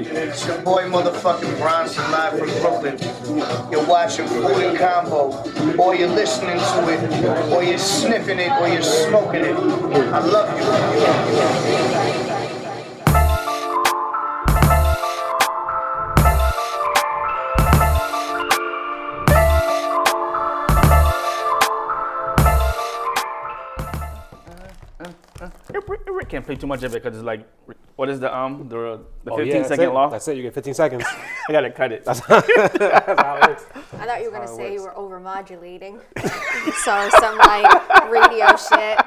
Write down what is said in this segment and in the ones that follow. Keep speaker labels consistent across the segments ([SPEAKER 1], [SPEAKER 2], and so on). [SPEAKER 1] It's your boy motherfucking Bronson live from Brooklyn. You're watching Food and Combo, or you're listening to it, or you're sniffing it, or you're smoking it. I love you.
[SPEAKER 2] Can't play too much of it because it's like, what is the um the the
[SPEAKER 3] Oh, yeah,
[SPEAKER 2] 15 second
[SPEAKER 3] that's it.
[SPEAKER 2] law?
[SPEAKER 3] That's it. You get 15 seconds.
[SPEAKER 2] I gotta cut it.
[SPEAKER 3] That's how it works.
[SPEAKER 4] I thought you were going to say you were overmodulating. so some like radio shit.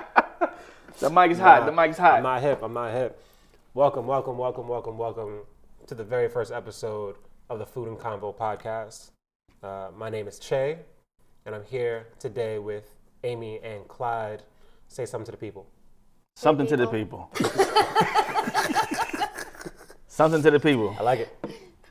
[SPEAKER 2] the mic is hot. The mic is hot.
[SPEAKER 3] I'm not hip. I'm not hip. Welcome, welcome, welcome, welcome, welcome to the very first episode of the Food and Convo podcast. Uh, my name is Che, and I'm here today with Amy and Clyde. Say something to the people.
[SPEAKER 2] Something to the people. Something to the people.
[SPEAKER 3] I like it.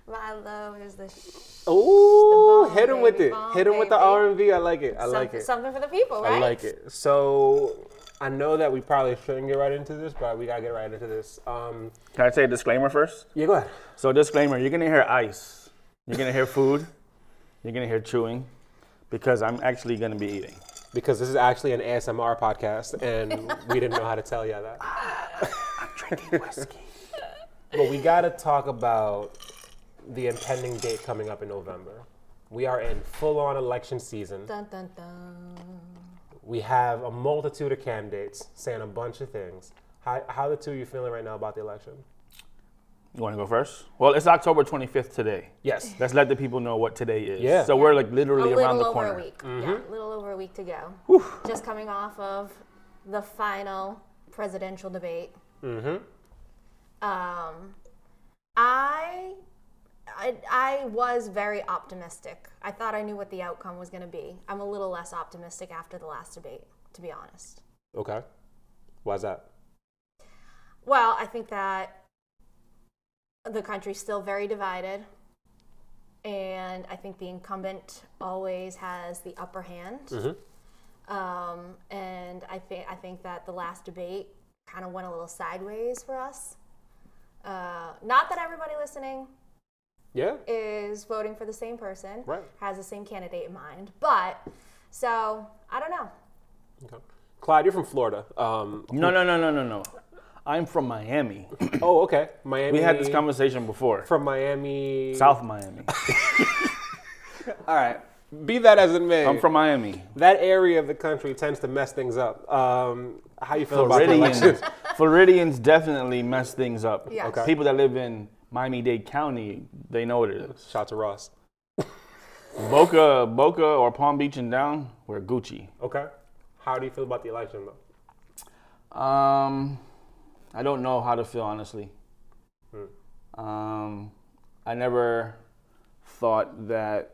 [SPEAKER 4] My love is the sh-
[SPEAKER 3] Ooh,
[SPEAKER 4] It's the bomb,
[SPEAKER 3] hit him with
[SPEAKER 4] baby,
[SPEAKER 3] it.
[SPEAKER 4] bomb,
[SPEAKER 3] hit him with the
[SPEAKER 4] baby.
[SPEAKER 3] R and B. I like it. I like
[SPEAKER 4] something,
[SPEAKER 3] it.
[SPEAKER 4] something for the people, right?
[SPEAKER 3] I like it. So I know that we probably shouldn't get right into this, but we gotta get right into this. Um,
[SPEAKER 2] Can I say a disclaimer first?
[SPEAKER 3] yeah, go ahead.
[SPEAKER 2] So disclaimer, you're gonna hear ice. You're gonna hear food. You're gonna hear chewing, because I'm actually gonna be eating.
[SPEAKER 3] because this is actually an ASMR podcast, and we didn't know how to tell y'all that. I'm drinking whiskey. But we gotta talk about the impending date coming up in November. We are in full-on election season.
[SPEAKER 4] Dun, dun, dun.
[SPEAKER 3] We have a multitude of candidates saying a bunch of things. How, how the two of you feeling right now about the election?
[SPEAKER 2] You wanna go first? Well, it's October 25th today.
[SPEAKER 3] Yes.
[SPEAKER 2] Let's let the people know what today is.
[SPEAKER 3] Yeah.
[SPEAKER 2] So we're like
[SPEAKER 4] A
[SPEAKER 2] literally
[SPEAKER 4] little
[SPEAKER 2] around the
[SPEAKER 4] over
[SPEAKER 2] corner.
[SPEAKER 4] a week.
[SPEAKER 3] Mm-hmm.
[SPEAKER 4] Yeah, a little over a week to go. Just coming off of the final presidential debate. Mm-hmm. Um, I, I, I was very optimistic. I thought I knew what the outcome was going to be. I'm a little less optimistic after the last debate, to be honest.
[SPEAKER 3] Okay. Why's that?
[SPEAKER 4] Well, I think that the country's still very divided. And I think the incumbent always has the upper hand.
[SPEAKER 3] Mm-hmm.
[SPEAKER 2] Mm.
[SPEAKER 4] Um, and I think I think that the last debate kind of went a little sideways for us. Uh, not that everybody listening
[SPEAKER 3] Yeah.
[SPEAKER 4] is voting for the same person,
[SPEAKER 3] Right.
[SPEAKER 4] has the same candidate in mind, but so I don't know.
[SPEAKER 3] Okay. Clyde, you're from Florida. Um,
[SPEAKER 2] No, no, no, no, no, no. I'm from Miami.
[SPEAKER 3] oh, okay. Miami.
[SPEAKER 2] We had this conversation before.
[SPEAKER 3] From Miami.
[SPEAKER 2] South Miami.
[SPEAKER 3] All right. Be that as it may.
[SPEAKER 2] I'm from Miami.
[SPEAKER 3] that area of the country tends to mess things up. Um, how you feel about the
[SPEAKER 2] Floridians,
[SPEAKER 3] elections?
[SPEAKER 2] Floridians definitely mess things up.
[SPEAKER 4] Yes. Okay.
[SPEAKER 2] People that live in Miami Dade County, they know what it is.
[SPEAKER 3] Shout to Ross.
[SPEAKER 2] Boca, Boca, or Palm Beach and down, we're Gucci.
[SPEAKER 3] Okay. How do you feel about the election, though?
[SPEAKER 2] Um, I don't know how to feel honestly. Um, I never thought that.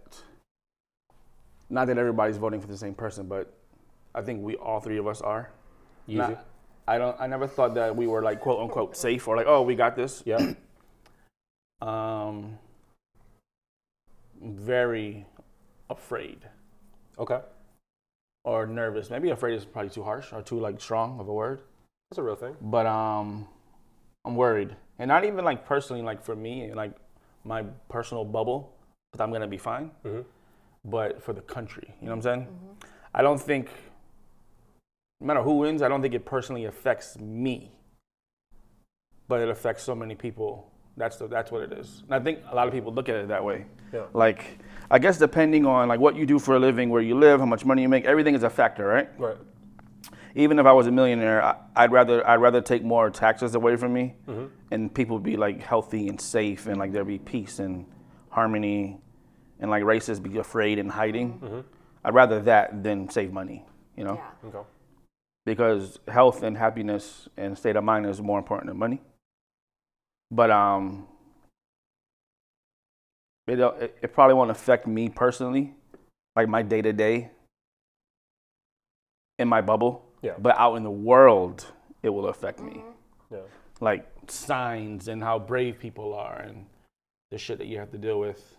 [SPEAKER 2] Not that everybody's voting for the same person, but I think we all three of us are.
[SPEAKER 3] Easy.
[SPEAKER 2] Not- I don't. I never thought that we were like quote unquote safe or like oh we got this.
[SPEAKER 3] Yeah.
[SPEAKER 2] Um, very afraid
[SPEAKER 3] Okay.
[SPEAKER 2] or nervous. Maybe afraid is probably too harsh or too like strong of a word.
[SPEAKER 3] That's a real thing.
[SPEAKER 2] But um, I'm worried, and not even like personally, like for me, like my personal bubble, but I'm gonna be fine.
[SPEAKER 3] Mhm.
[SPEAKER 2] But for the country, you know what I'm saying? I don't think, no matter who wins, I don't think it personally affects me. But it affects so many people. That's the, that's what it is. And I think a lot of people look at it that way.
[SPEAKER 3] Yeah.
[SPEAKER 2] Like, I guess depending on like what you do for a living, where you live, how much money you make, everything is a factor, right?
[SPEAKER 3] Right.
[SPEAKER 2] even if I was a millionaire, I, I'd rather I'd rather take more taxes away from me, and people be like healthy and safe, and like there be peace and harmony, and like racists be afraid and hiding. I'd rather that than save money, you know,
[SPEAKER 4] Yeah.
[SPEAKER 3] Okay.
[SPEAKER 2] because health and happiness and state of mind is more important than money. But um, it don't- it, it probably won't affect me personally, like my day to day. In my bubble,
[SPEAKER 3] Yeah.
[SPEAKER 2] but out in the world it will affect me
[SPEAKER 5] Mm-hmm.
[SPEAKER 3] Yeah.
[SPEAKER 2] like signs and how brave people are and the shit that you have to deal with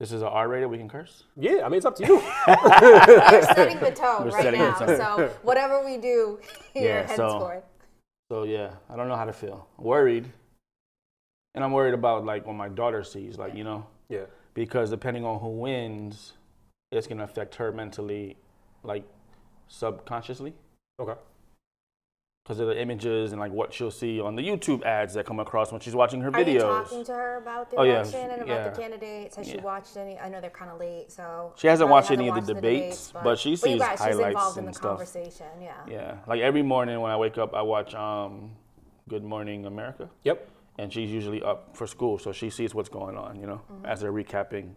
[SPEAKER 2] this is a rated we can curse
[SPEAKER 3] Yeah. I mean, it's up to you.
[SPEAKER 4] We're setting the tone
[SPEAKER 2] We're
[SPEAKER 4] right
[SPEAKER 2] setting the
[SPEAKER 4] now.
[SPEAKER 2] tone.
[SPEAKER 4] So whatever we do here
[SPEAKER 2] Yeah, so-
[SPEAKER 4] henceforth.
[SPEAKER 2] so yeah i don't know how to feel worried
[SPEAKER 5] and I'm worried about like what my daughter sees, like you know,
[SPEAKER 3] Yeah.
[SPEAKER 5] because depending on who wins, it's gonna affect her mentally, like subconsciously,
[SPEAKER 3] Okay.
[SPEAKER 5] because of the images and like what she'll see on the YouTube ads that come across when she's watching her
[SPEAKER 4] Are you
[SPEAKER 5] videos.
[SPEAKER 4] talking to her about the
[SPEAKER 5] Oh, yeah,
[SPEAKER 4] election and about
[SPEAKER 5] yeah.
[SPEAKER 4] the candidates? Has she
[SPEAKER 5] Yeah.
[SPEAKER 4] watched any? I know they're kind of late, so
[SPEAKER 5] She hasn't
[SPEAKER 4] probably
[SPEAKER 5] watched
[SPEAKER 4] hasn't
[SPEAKER 5] any of the debates, but she
[SPEAKER 4] you
[SPEAKER 5] sees
[SPEAKER 4] guys,
[SPEAKER 5] highlights
[SPEAKER 4] She's involved in
[SPEAKER 5] and
[SPEAKER 4] the
[SPEAKER 5] stuff.
[SPEAKER 4] conversation. Yeah.
[SPEAKER 5] yeah, like every morning when I wake up, I watch um, Good Morning America.
[SPEAKER 3] Yep.
[SPEAKER 5] and she's usually up for school, so she sees what's going on, you know, as they're recapping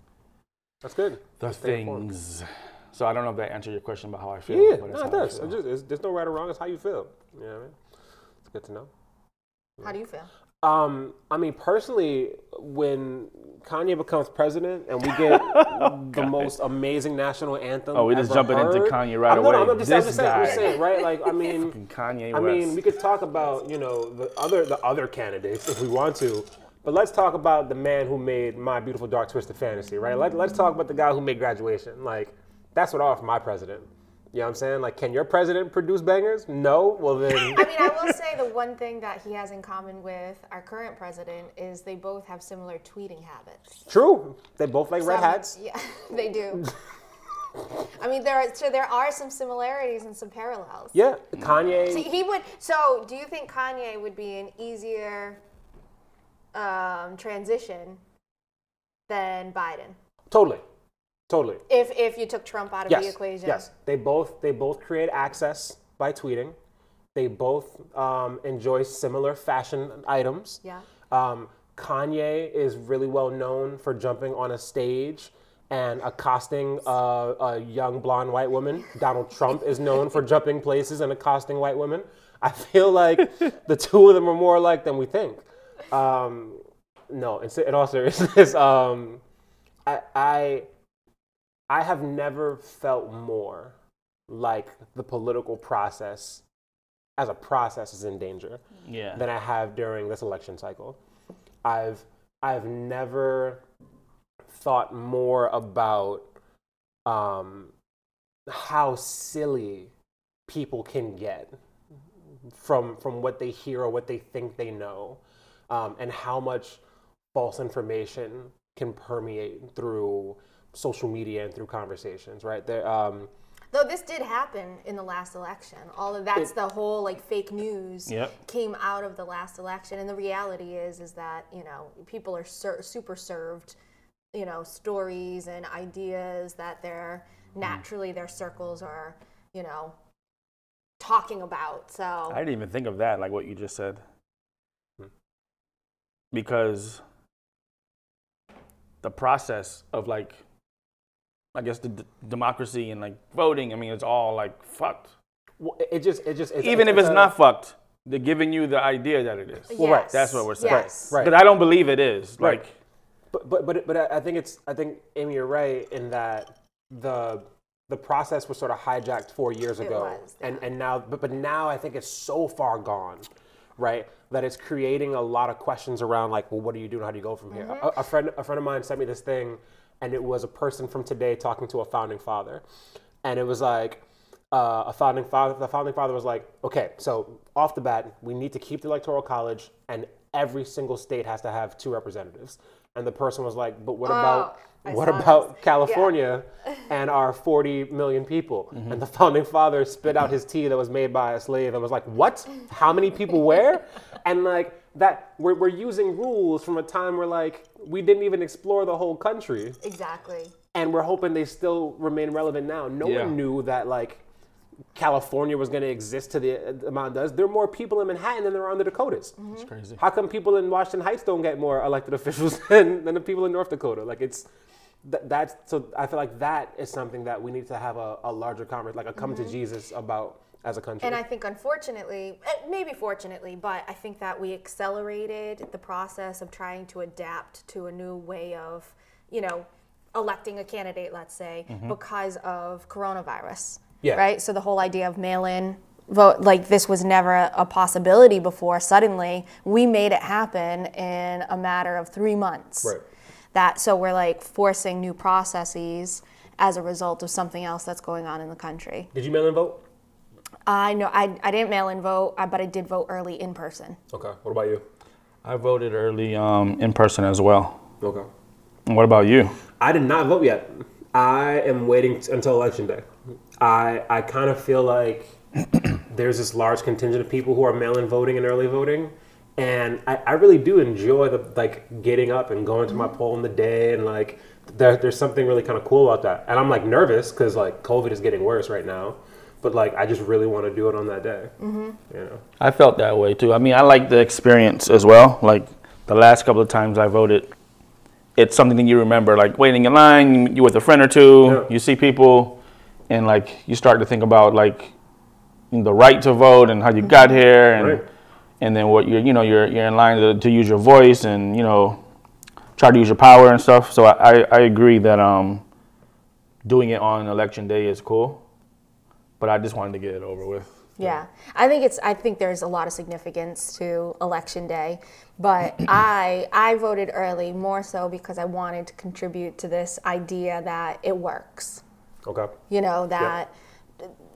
[SPEAKER 3] That's good.
[SPEAKER 5] the
[SPEAKER 3] stay informed.
[SPEAKER 5] things. So I don't know if that answered your question about how I feel.
[SPEAKER 3] Yeah,
[SPEAKER 5] but that's
[SPEAKER 3] no, it
[SPEAKER 5] how I
[SPEAKER 3] does.
[SPEAKER 5] feel.
[SPEAKER 3] It just, it's, there's no right or wrong. It's how you feel. You know what I mean? It's good to know.
[SPEAKER 4] How do you feel?
[SPEAKER 3] Um, I mean, personally, when Kanye becomes president and we get the most amazing national anthem,
[SPEAKER 5] Oh, we're just
[SPEAKER 3] ever
[SPEAKER 5] jumping into
[SPEAKER 3] heard-
[SPEAKER 5] Kanye right
[SPEAKER 3] I'm, no, no,
[SPEAKER 5] away.
[SPEAKER 3] I'm just, I'm
[SPEAKER 5] This
[SPEAKER 3] just saying, I'm
[SPEAKER 5] guy.
[SPEAKER 3] just saying, right? Like, I mean,
[SPEAKER 5] Fucking Kanye
[SPEAKER 3] I
[SPEAKER 5] West.
[SPEAKER 3] mean, we could talk about you know the other the other candidates if we want to, but let's talk about the man who made My Beautiful Dark Twisted Fantasy, right? Let, let's talk about the guy who made Graduation. Like, that's what I offer my president. You know what I'm saying? Like, can your president produce bangers? No. Well then,
[SPEAKER 4] I mean, I will say the one thing that he has in common with our current president is they both have similar tweeting habits.
[SPEAKER 3] true. They both like red
[SPEAKER 4] Some-
[SPEAKER 3] hats.
[SPEAKER 4] Yeah, they do. I mean, there are, so there are some similarities and some parallels.
[SPEAKER 3] Yeah, Kanye.
[SPEAKER 4] See, he would. So, do you think Kanye would be an easier um, transition than Biden
[SPEAKER 3] Totally, totally.
[SPEAKER 4] if if you took Trump out of
[SPEAKER 3] Yes.
[SPEAKER 4] the equation?
[SPEAKER 3] Yes. They both they both create access by tweeting. They both um, enjoy similar fashion items.
[SPEAKER 4] Yeah.
[SPEAKER 3] Um, Kanye is really well known for jumping on a stage and accosting uh, a young blonde white woman. Donald Trump is known for jumping places and accosting white women. I feel like the two of them are more alike than we think. Um, no, in, se- in all seriousness, um, I, I I have never felt more like the political process as a process is in danger
[SPEAKER 5] yeah.
[SPEAKER 3] than I have during this election cycle. I've I've never thought more about um, how silly people can get from from what they hear or what they think they know, um, and how much false information can permeate through social media and through conversations. Right there. Um,
[SPEAKER 4] Though this did happen in the last election. All of that's the whole like fake news
[SPEAKER 5] Yep.
[SPEAKER 4] came out of the last election, and the reality is is that you know people are ser- super served, you know, stories and ideas that they're naturally their circles are, you know, talking about. So
[SPEAKER 5] I didn't even think of that, like what you just said.
[SPEAKER 3] Hmm.
[SPEAKER 5] Because the process of like, I guess the d- democracy and like voting, I mean, it's all like fucked.
[SPEAKER 3] well, it- it just it just it's,
[SPEAKER 5] Even if it's
[SPEAKER 3] a-
[SPEAKER 5] not fucked, they're giving you the idea that it is.
[SPEAKER 3] well, right,
[SPEAKER 4] Yes.
[SPEAKER 5] that's what we're saying.
[SPEAKER 4] Yes.
[SPEAKER 3] Right.
[SPEAKER 5] But I don't believe it is.
[SPEAKER 3] Right.
[SPEAKER 5] Like,
[SPEAKER 3] But but but but I I think it's I think Amy, you're right in that the the process was sort of hijacked four years ago,
[SPEAKER 4] was,
[SPEAKER 3] and and now but but now I think it's so far gone, right? That it's creating a lot of questions around like, well, what do you do? and How do you go from here? A, a friend a friend of mine sent me this thing, and it was a person from today talking to a founding father, and it was like. Uh, a founding father. The founding father was like, "Okay, so off the bat, we need to keep the electoral college, and every single state has to have two representatives." And the person was like, "But what about
[SPEAKER 4] Oh, I
[SPEAKER 3] what
[SPEAKER 4] saw
[SPEAKER 3] about
[SPEAKER 4] this.
[SPEAKER 3] California and our 40 million people?" And the founding father spit out his tea that was made by a slave and was like, "What? How many people where?" and like that, we're, we're using rules from a time where like we didn't even explore the whole country
[SPEAKER 4] exactly.
[SPEAKER 3] and we're hoping they still remain relevant now. No
[SPEAKER 5] Yeah.
[SPEAKER 3] one knew that like California was going to exist to the uh, amount it does. There are more people in Manhattan than there are in the Dakotas.
[SPEAKER 4] Mm-hmm.
[SPEAKER 5] it's crazy.
[SPEAKER 3] How come people in Washington Heights don't get more elected officials than, than the people in North Dakota? Like it's th- that's so I feel like that is something that we need to have a, a larger conversation, like a come to Jesus about as a country.
[SPEAKER 4] Mm-hmm. And I think, unfortunately, eh, maybe fortunately, but I think that we accelerated the process of trying to adapt to a new way of, you know, electing a candidate, let's say, because of coronavirus.
[SPEAKER 3] Mm-hmm. Yeah.
[SPEAKER 4] Right? So the whole idea of mail in vote, like this was never a, a possibility before. Suddenly, we made it happen in a matter of three months
[SPEAKER 3] Right.
[SPEAKER 4] that so we're like forcing new processes as a result of something else that's going on in the country
[SPEAKER 3] Did you mail in vote?
[SPEAKER 4] I know I, I didn't mail in vote, uh, but I did vote early in person.
[SPEAKER 3] Okay. What about you?
[SPEAKER 2] I voted early um, in person as well.
[SPEAKER 3] Okay.
[SPEAKER 2] And What about you?
[SPEAKER 3] I did not vote yet. I am waiting t- until election day. I I kind of feel like there's this large contingent of people who are mail-in voting and early voting, and I, I really do enjoy the like getting up and going to my poll in the day and like there, there's something really kind of cool about that. And I'm like nervous because like COVID is getting worse right now, but like I just really want to do it on that day. You know.
[SPEAKER 2] I felt that way too. I mean, I like the experience as well. Like the last couple of times I voted, it's something that you remember. Like waiting in line, you with a friend or two,
[SPEAKER 3] Yeah.
[SPEAKER 2] you see people, and like you start to think about like the right to vote and how you got here, and
[SPEAKER 3] Right.
[SPEAKER 2] and then what you're you know you're you're in line to, to use your voice and you know try to use your power and stuff. So I I, I agree that um doing it on election day is cool, but I just wanted to get it over with.
[SPEAKER 4] Yeah, I think it's. I think there's a lot of significance to election day, but I I voted early more so because I wanted to contribute to this idea that it works.
[SPEAKER 3] Okay.
[SPEAKER 4] You know that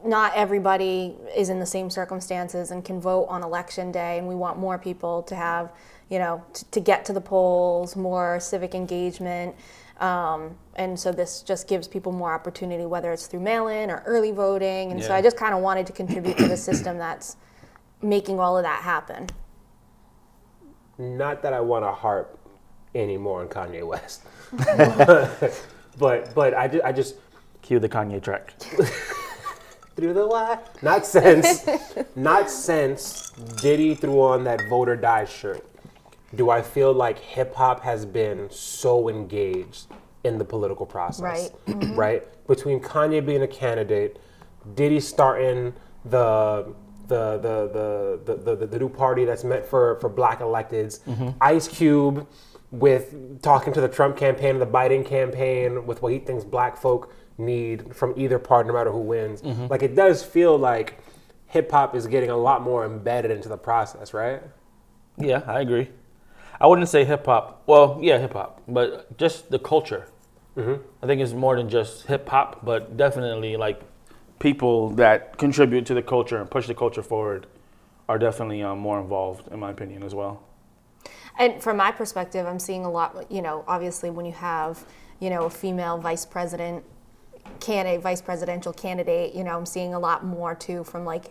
[SPEAKER 4] not everybody is in the same circumstances and can vote on election day, and we want more people to have you know t- to get to the polls, more civic engagement. Um, and so this just gives people more opportunity, whether it's through mail-in or early voting. And so I
[SPEAKER 2] Yeah.
[SPEAKER 4] just kind of wanted to contribute to the system that's making all of that happen.
[SPEAKER 3] not that I want to harp anymore on Kanye West, but but I, ju- I just
[SPEAKER 2] Cue the Kanye track.
[SPEAKER 3] through the wire. Not since not since Diddy threw on that voter die shirt do I feel like hip hop has been so engaged in the political process. Right. right? Between Kanye being a candidate, Diddy starting the the the the the, the, the new party that's meant for, for black electeds, Ice Cube with talking to the Trump campaign, the Biden campaign, with what he thinks black folk need from either party, no matter who wins. Like it does feel like hip hop is getting a lot more embedded into the process, right?
[SPEAKER 2] Yeah, I agree. I wouldn't say hip hop. Well, yeah, hip hop, but just the culture. I think it's more than just hip hop, but definitely like people that contribute to the culture and push the culture forward are definitely um, more involved, in my opinion, as well.
[SPEAKER 4] And from my perspective, I'm seeing a lot, you know, obviously when you have, you know, a female vice president candidate, vice presidential candidate, you know, I'm seeing a lot more too from like,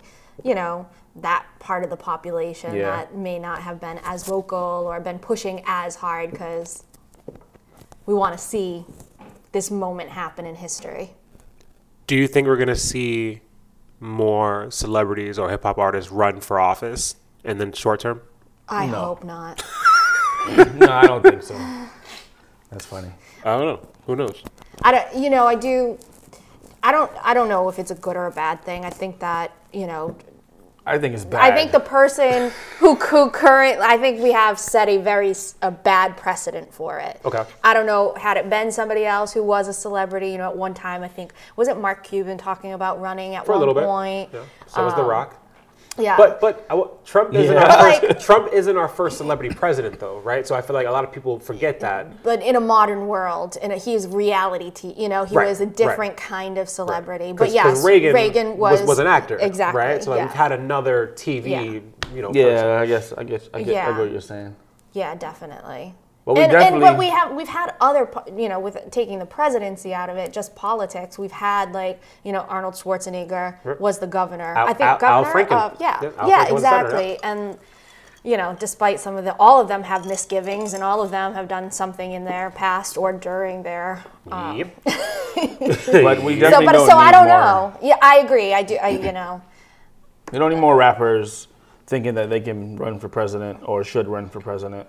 [SPEAKER 4] you know, that part of the population
[SPEAKER 2] Yeah.
[SPEAKER 4] that may not have been as vocal or been pushing as hard because we want to see this moment happen in history.
[SPEAKER 3] Do you think we're gonna see more celebrities or hip hop artists run for office and then short term?
[SPEAKER 4] I
[SPEAKER 2] No.
[SPEAKER 4] hope not.
[SPEAKER 2] No, I don't think so. That's funny.
[SPEAKER 3] I don't know. Who knows?
[SPEAKER 4] I don't, you know, I do. I don't. I don't know if it's a good or a bad thing. I think that you know
[SPEAKER 2] I think it's bad.
[SPEAKER 4] I think the person who, who current, I think we have set a very s- a bad precedent for it.
[SPEAKER 3] Okay.
[SPEAKER 4] I don't know. Had it been somebody else who was a celebrity, you know, at one time I think was it Mark Cuban talking about running at
[SPEAKER 3] For a
[SPEAKER 4] one
[SPEAKER 3] little bit.
[SPEAKER 4] point. Um,
[SPEAKER 3] Yeah. So was The Rock.
[SPEAKER 4] Yeah.
[SPEAKER 3] But but I w- Trump isn't
[SPEAKER 2] Yeah.
[SPEAKER 3] our
[SPEAKER 4] But,
[SPEAKER 3] first, Trump isn't our first celebrity president though, right? So I feel like a lot of people forget that.
[SPEAKER 4] but in a modern world, and he is reality. T- you know, he
[SPEAKER 3] Right,
[SPEAKER 4] was a
[SPEAKER 3] right.
[SPEAKER 4] different kind of celebrity. But
[SPEAKER 3] 'Cause-
[SPEAKER 4] yes,
[SPEAKER 3] 'cause Reagan,
[SPEAKER 4] was,
[SPEAKER 3] was, was an actor,
[SPEAKER 4] Exactly.
[SPEAKER 3] right? So like,
[SPEAKER 4] yeah.
[SPEAKER 3] we've had another TV,
[SPEAKER 4] Yeah.
[SPEAKER 3] you know. person.
[SPEAKER 2] Yeah, I guess. I guess. I, get, I
[SPEAKER 4] Yeah.
[SPEAKER 2] get what you're saying.
[SPEAKER 4] Yeah, definitely.
[SPEAKER 2] Well, we
[SPEAKER 4] and, and but
[SPEAKER 2] definitely-
[SPEAKER 4] we have we've had other po- you know with taking the presidency out of it, just politics. We've had like you know Arnold Schwarzenegger was the governor.
[SPEAKER 3] Al-
[SPEAKER 4] I think
[SPEAKER 3] Al- Al
[SPEAKER 4] governor
[SPEAKER 3] Franken.
[SPEAKER 4] of yeah
[SPEAKER 3] Yeah,
[SPEAKER 4] yeah,
[SPEAKER 3] Al Franken was the senator,
[SPEAKER 4] exactly. And you know despite some of the all of them have misgivings and all of them have done something in their past or during their. Um,
[SPEAKER 3] Yep.
[SPEAKER 2] But we
[SPEAKER 4] so,
[SPEAKER 2] definitely
[SPEAKER 4] but
[SPEAKER 2] don't
[SPEAKER 4] so I
[SPEAKER 2] need more-
[SPEAKER 4] don't know. Yeah, I agree. I do. I you know.
[SPEAKER 2] We don't need more rappers thinking that they can run for president or should run for president.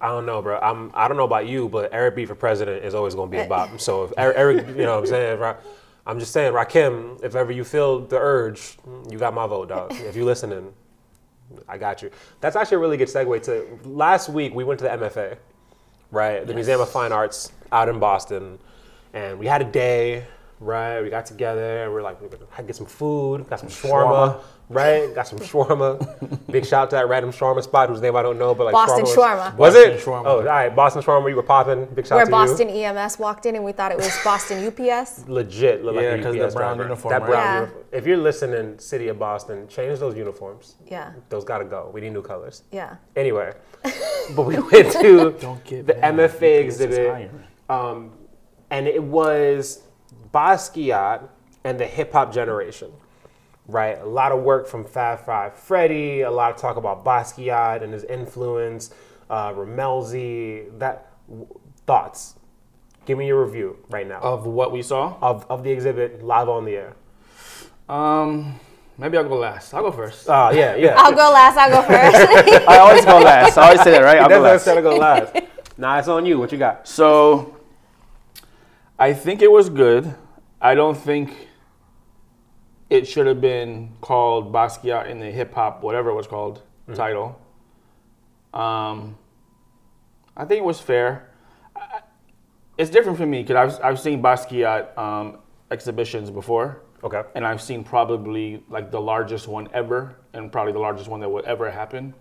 [SPEAKER 3] I don't know, bro. I'm. I don't know about you, but Eric B for president is always gonna be a bop. So if Eric, Eric you know, what I'm saying, if Ra- I'm just saying, Rakim, if ever you feel the urge, you got my vote, dog. If you listening, I got you. That's actually a really good segue to last week. We went to the MFA, right? The Museum of Fine Arts out in Boston, and we had a day. right? We got together. We're like, we're gonna get some food. Got some shawarma, right? Got some shawarma. Big shout out to that random shawarma spot whose name I don't know, but like
[SPEAKER 4] Boston
[SPEAKER 3] shawarma.
[SPEAKER 4] shawarma.
[SPEAKER 3] Was, was it?
[SPEAKER 2] Boston shawarma.
[SPEAKER 3] Oh, all right, Boston shawarma. You were popping. Big shout out
[SPEAKER 4] Where
[SPEAKER 3] to
[SPEAKER 4] Boston EMS walked in and we thought it was Boston UPS.
[SPEAKER 3] you. Legit, look
[SPEAKER 2] Yeah,
[SPEAKER 3] like a
[SPEAKER 2] 'cause the
[SPEAKER 3] UPS
[SPEAKER 2] brown
[SPEAKER 3] driver.
[SPEAKER 2] uniform,
[SPEAKER 3] That
[SPEAKER 2] right?
[SPEAKER 3] brown
[SPEAKER 4] Yeah.
[SPEAKER 3] uniform. If you're listening, City of Boston, change those uniforms.
[SPEAKER 4] Yeah.
[SPEAKER 3] Those gotta go. We need new colors.
[SPEAKER 4] Yeah.
[SPEAKER 3] Anyway, but we went to
[SPEAKER 2] Don't get
[SPEAKER 3] the
[SPEAKER 2] mad.
[SPEAKER 3] MFA
[SPEAKER 2] UPS is
[SPEAKER 3] exhibit,
[SPEAKER 2] hiring.
[SPEAKER 3] um, and it was Basquiat and the hip hop generation, right? A lot of work from Fab Five Freddy, a lot of talk about Basquiat and his influence, uh, Ramelzi. That w- thoughts. Give me your review right now
[SPEAKER 2] Of what we saw,
[SPEAKER 3] of, of the exhibit live on the air.
[SPEAKER 2] um, maybe I'll go last. I'll go first.
[SPEAKER 3] Ah, yeah, yeah.
[SPEAKER 4] I'll go last. I'll go first.
[SPEAKER 5] I always go last. I always say that, right? I'll go
[SPEAKER 3] That's
[SPEAKER 5] last.
[SPEAKER 3] gotta go last. Nah, it's on you. What you got?
[SPEAKER 5] So I think it was good.
[SPEAKER 2] I don't think it should have been called Basquiat in the hip hop, whatever it was called, title. Um, I think it was fair. I- It's different for me because I've, I've seen Basquiat um, exhibitions before,
[SPEAKER 3] Okay.
[SPEAKER 2] and I've seen probably like the largest one ever, and probably the largest one that would ever happen.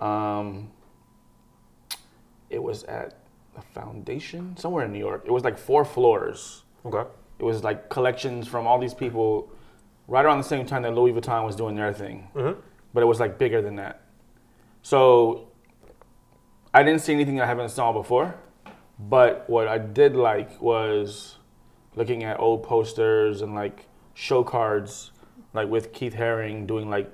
[SPEAKER 2] Um, it was at the foundation somewhere in New York. It was like four floors.
[SPEAKER 3] Okay.
[SPEAKER 2] It was like collections from all these people right around the same time that Louis Vuitton was doing their thing. But it was like bigger than that. So I didn't see anything I haven't saw before. But what I did like was looking at old posters and like show cards, like with Keith Haring doing like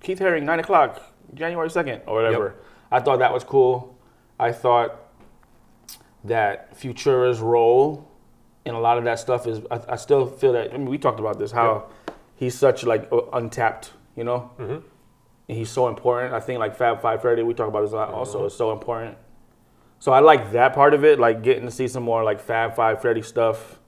[SPEAKER 2] Keith Haring, nine o'clock, January 2nd, or whatever. I thought that was cool. I thought that Futura's role in a lot of that stuff is I, I still feel that I mean we talked about this how he's such like uh, untapped you know mm-hmm. and he's so important I think like Fab Five Thirty we talk about this a lot
[SPEAKER 3] Mm-hmm.
[SPEAKER 2] also is so important so I like that part of it like getting to see some more like Fab Five Freddy stuff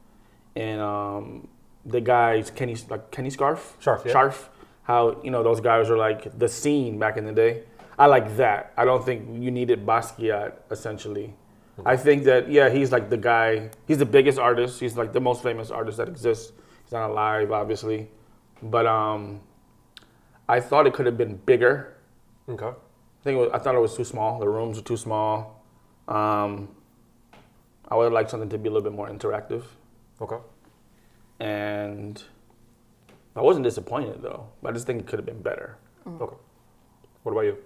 [SPEAKER 2] and um, the guys Kenny like Kenny Scarf
[SPEAKER 3] Scarf, yeah.
[SPEAKER 2] Scarf how you know those guys were like the scene back in the day I like that I don't think you needed Basquiat essentially.
[SPEAKER 3] Mm-hmm.
[SPEAKER 2] I think that yeah, he's like the guy. He's the biggest artist. He's like the most famous artist that exists. He's not alive, obviously, but um, I thought it could have been bigger.
[SPEAKER 3] Okay.
[SPEAKER 2] I think it was, I thought it was too small. The rooms were too small. Um, I would like something to be a little bit more interactive.
[SPEAKER 3] Okay.
[SPEAKER 2] And I wasn't disappointed though. I just think it could have been better.
[SPEAKER 4] Mm.
[SPEAKER 3] Okay. What about you?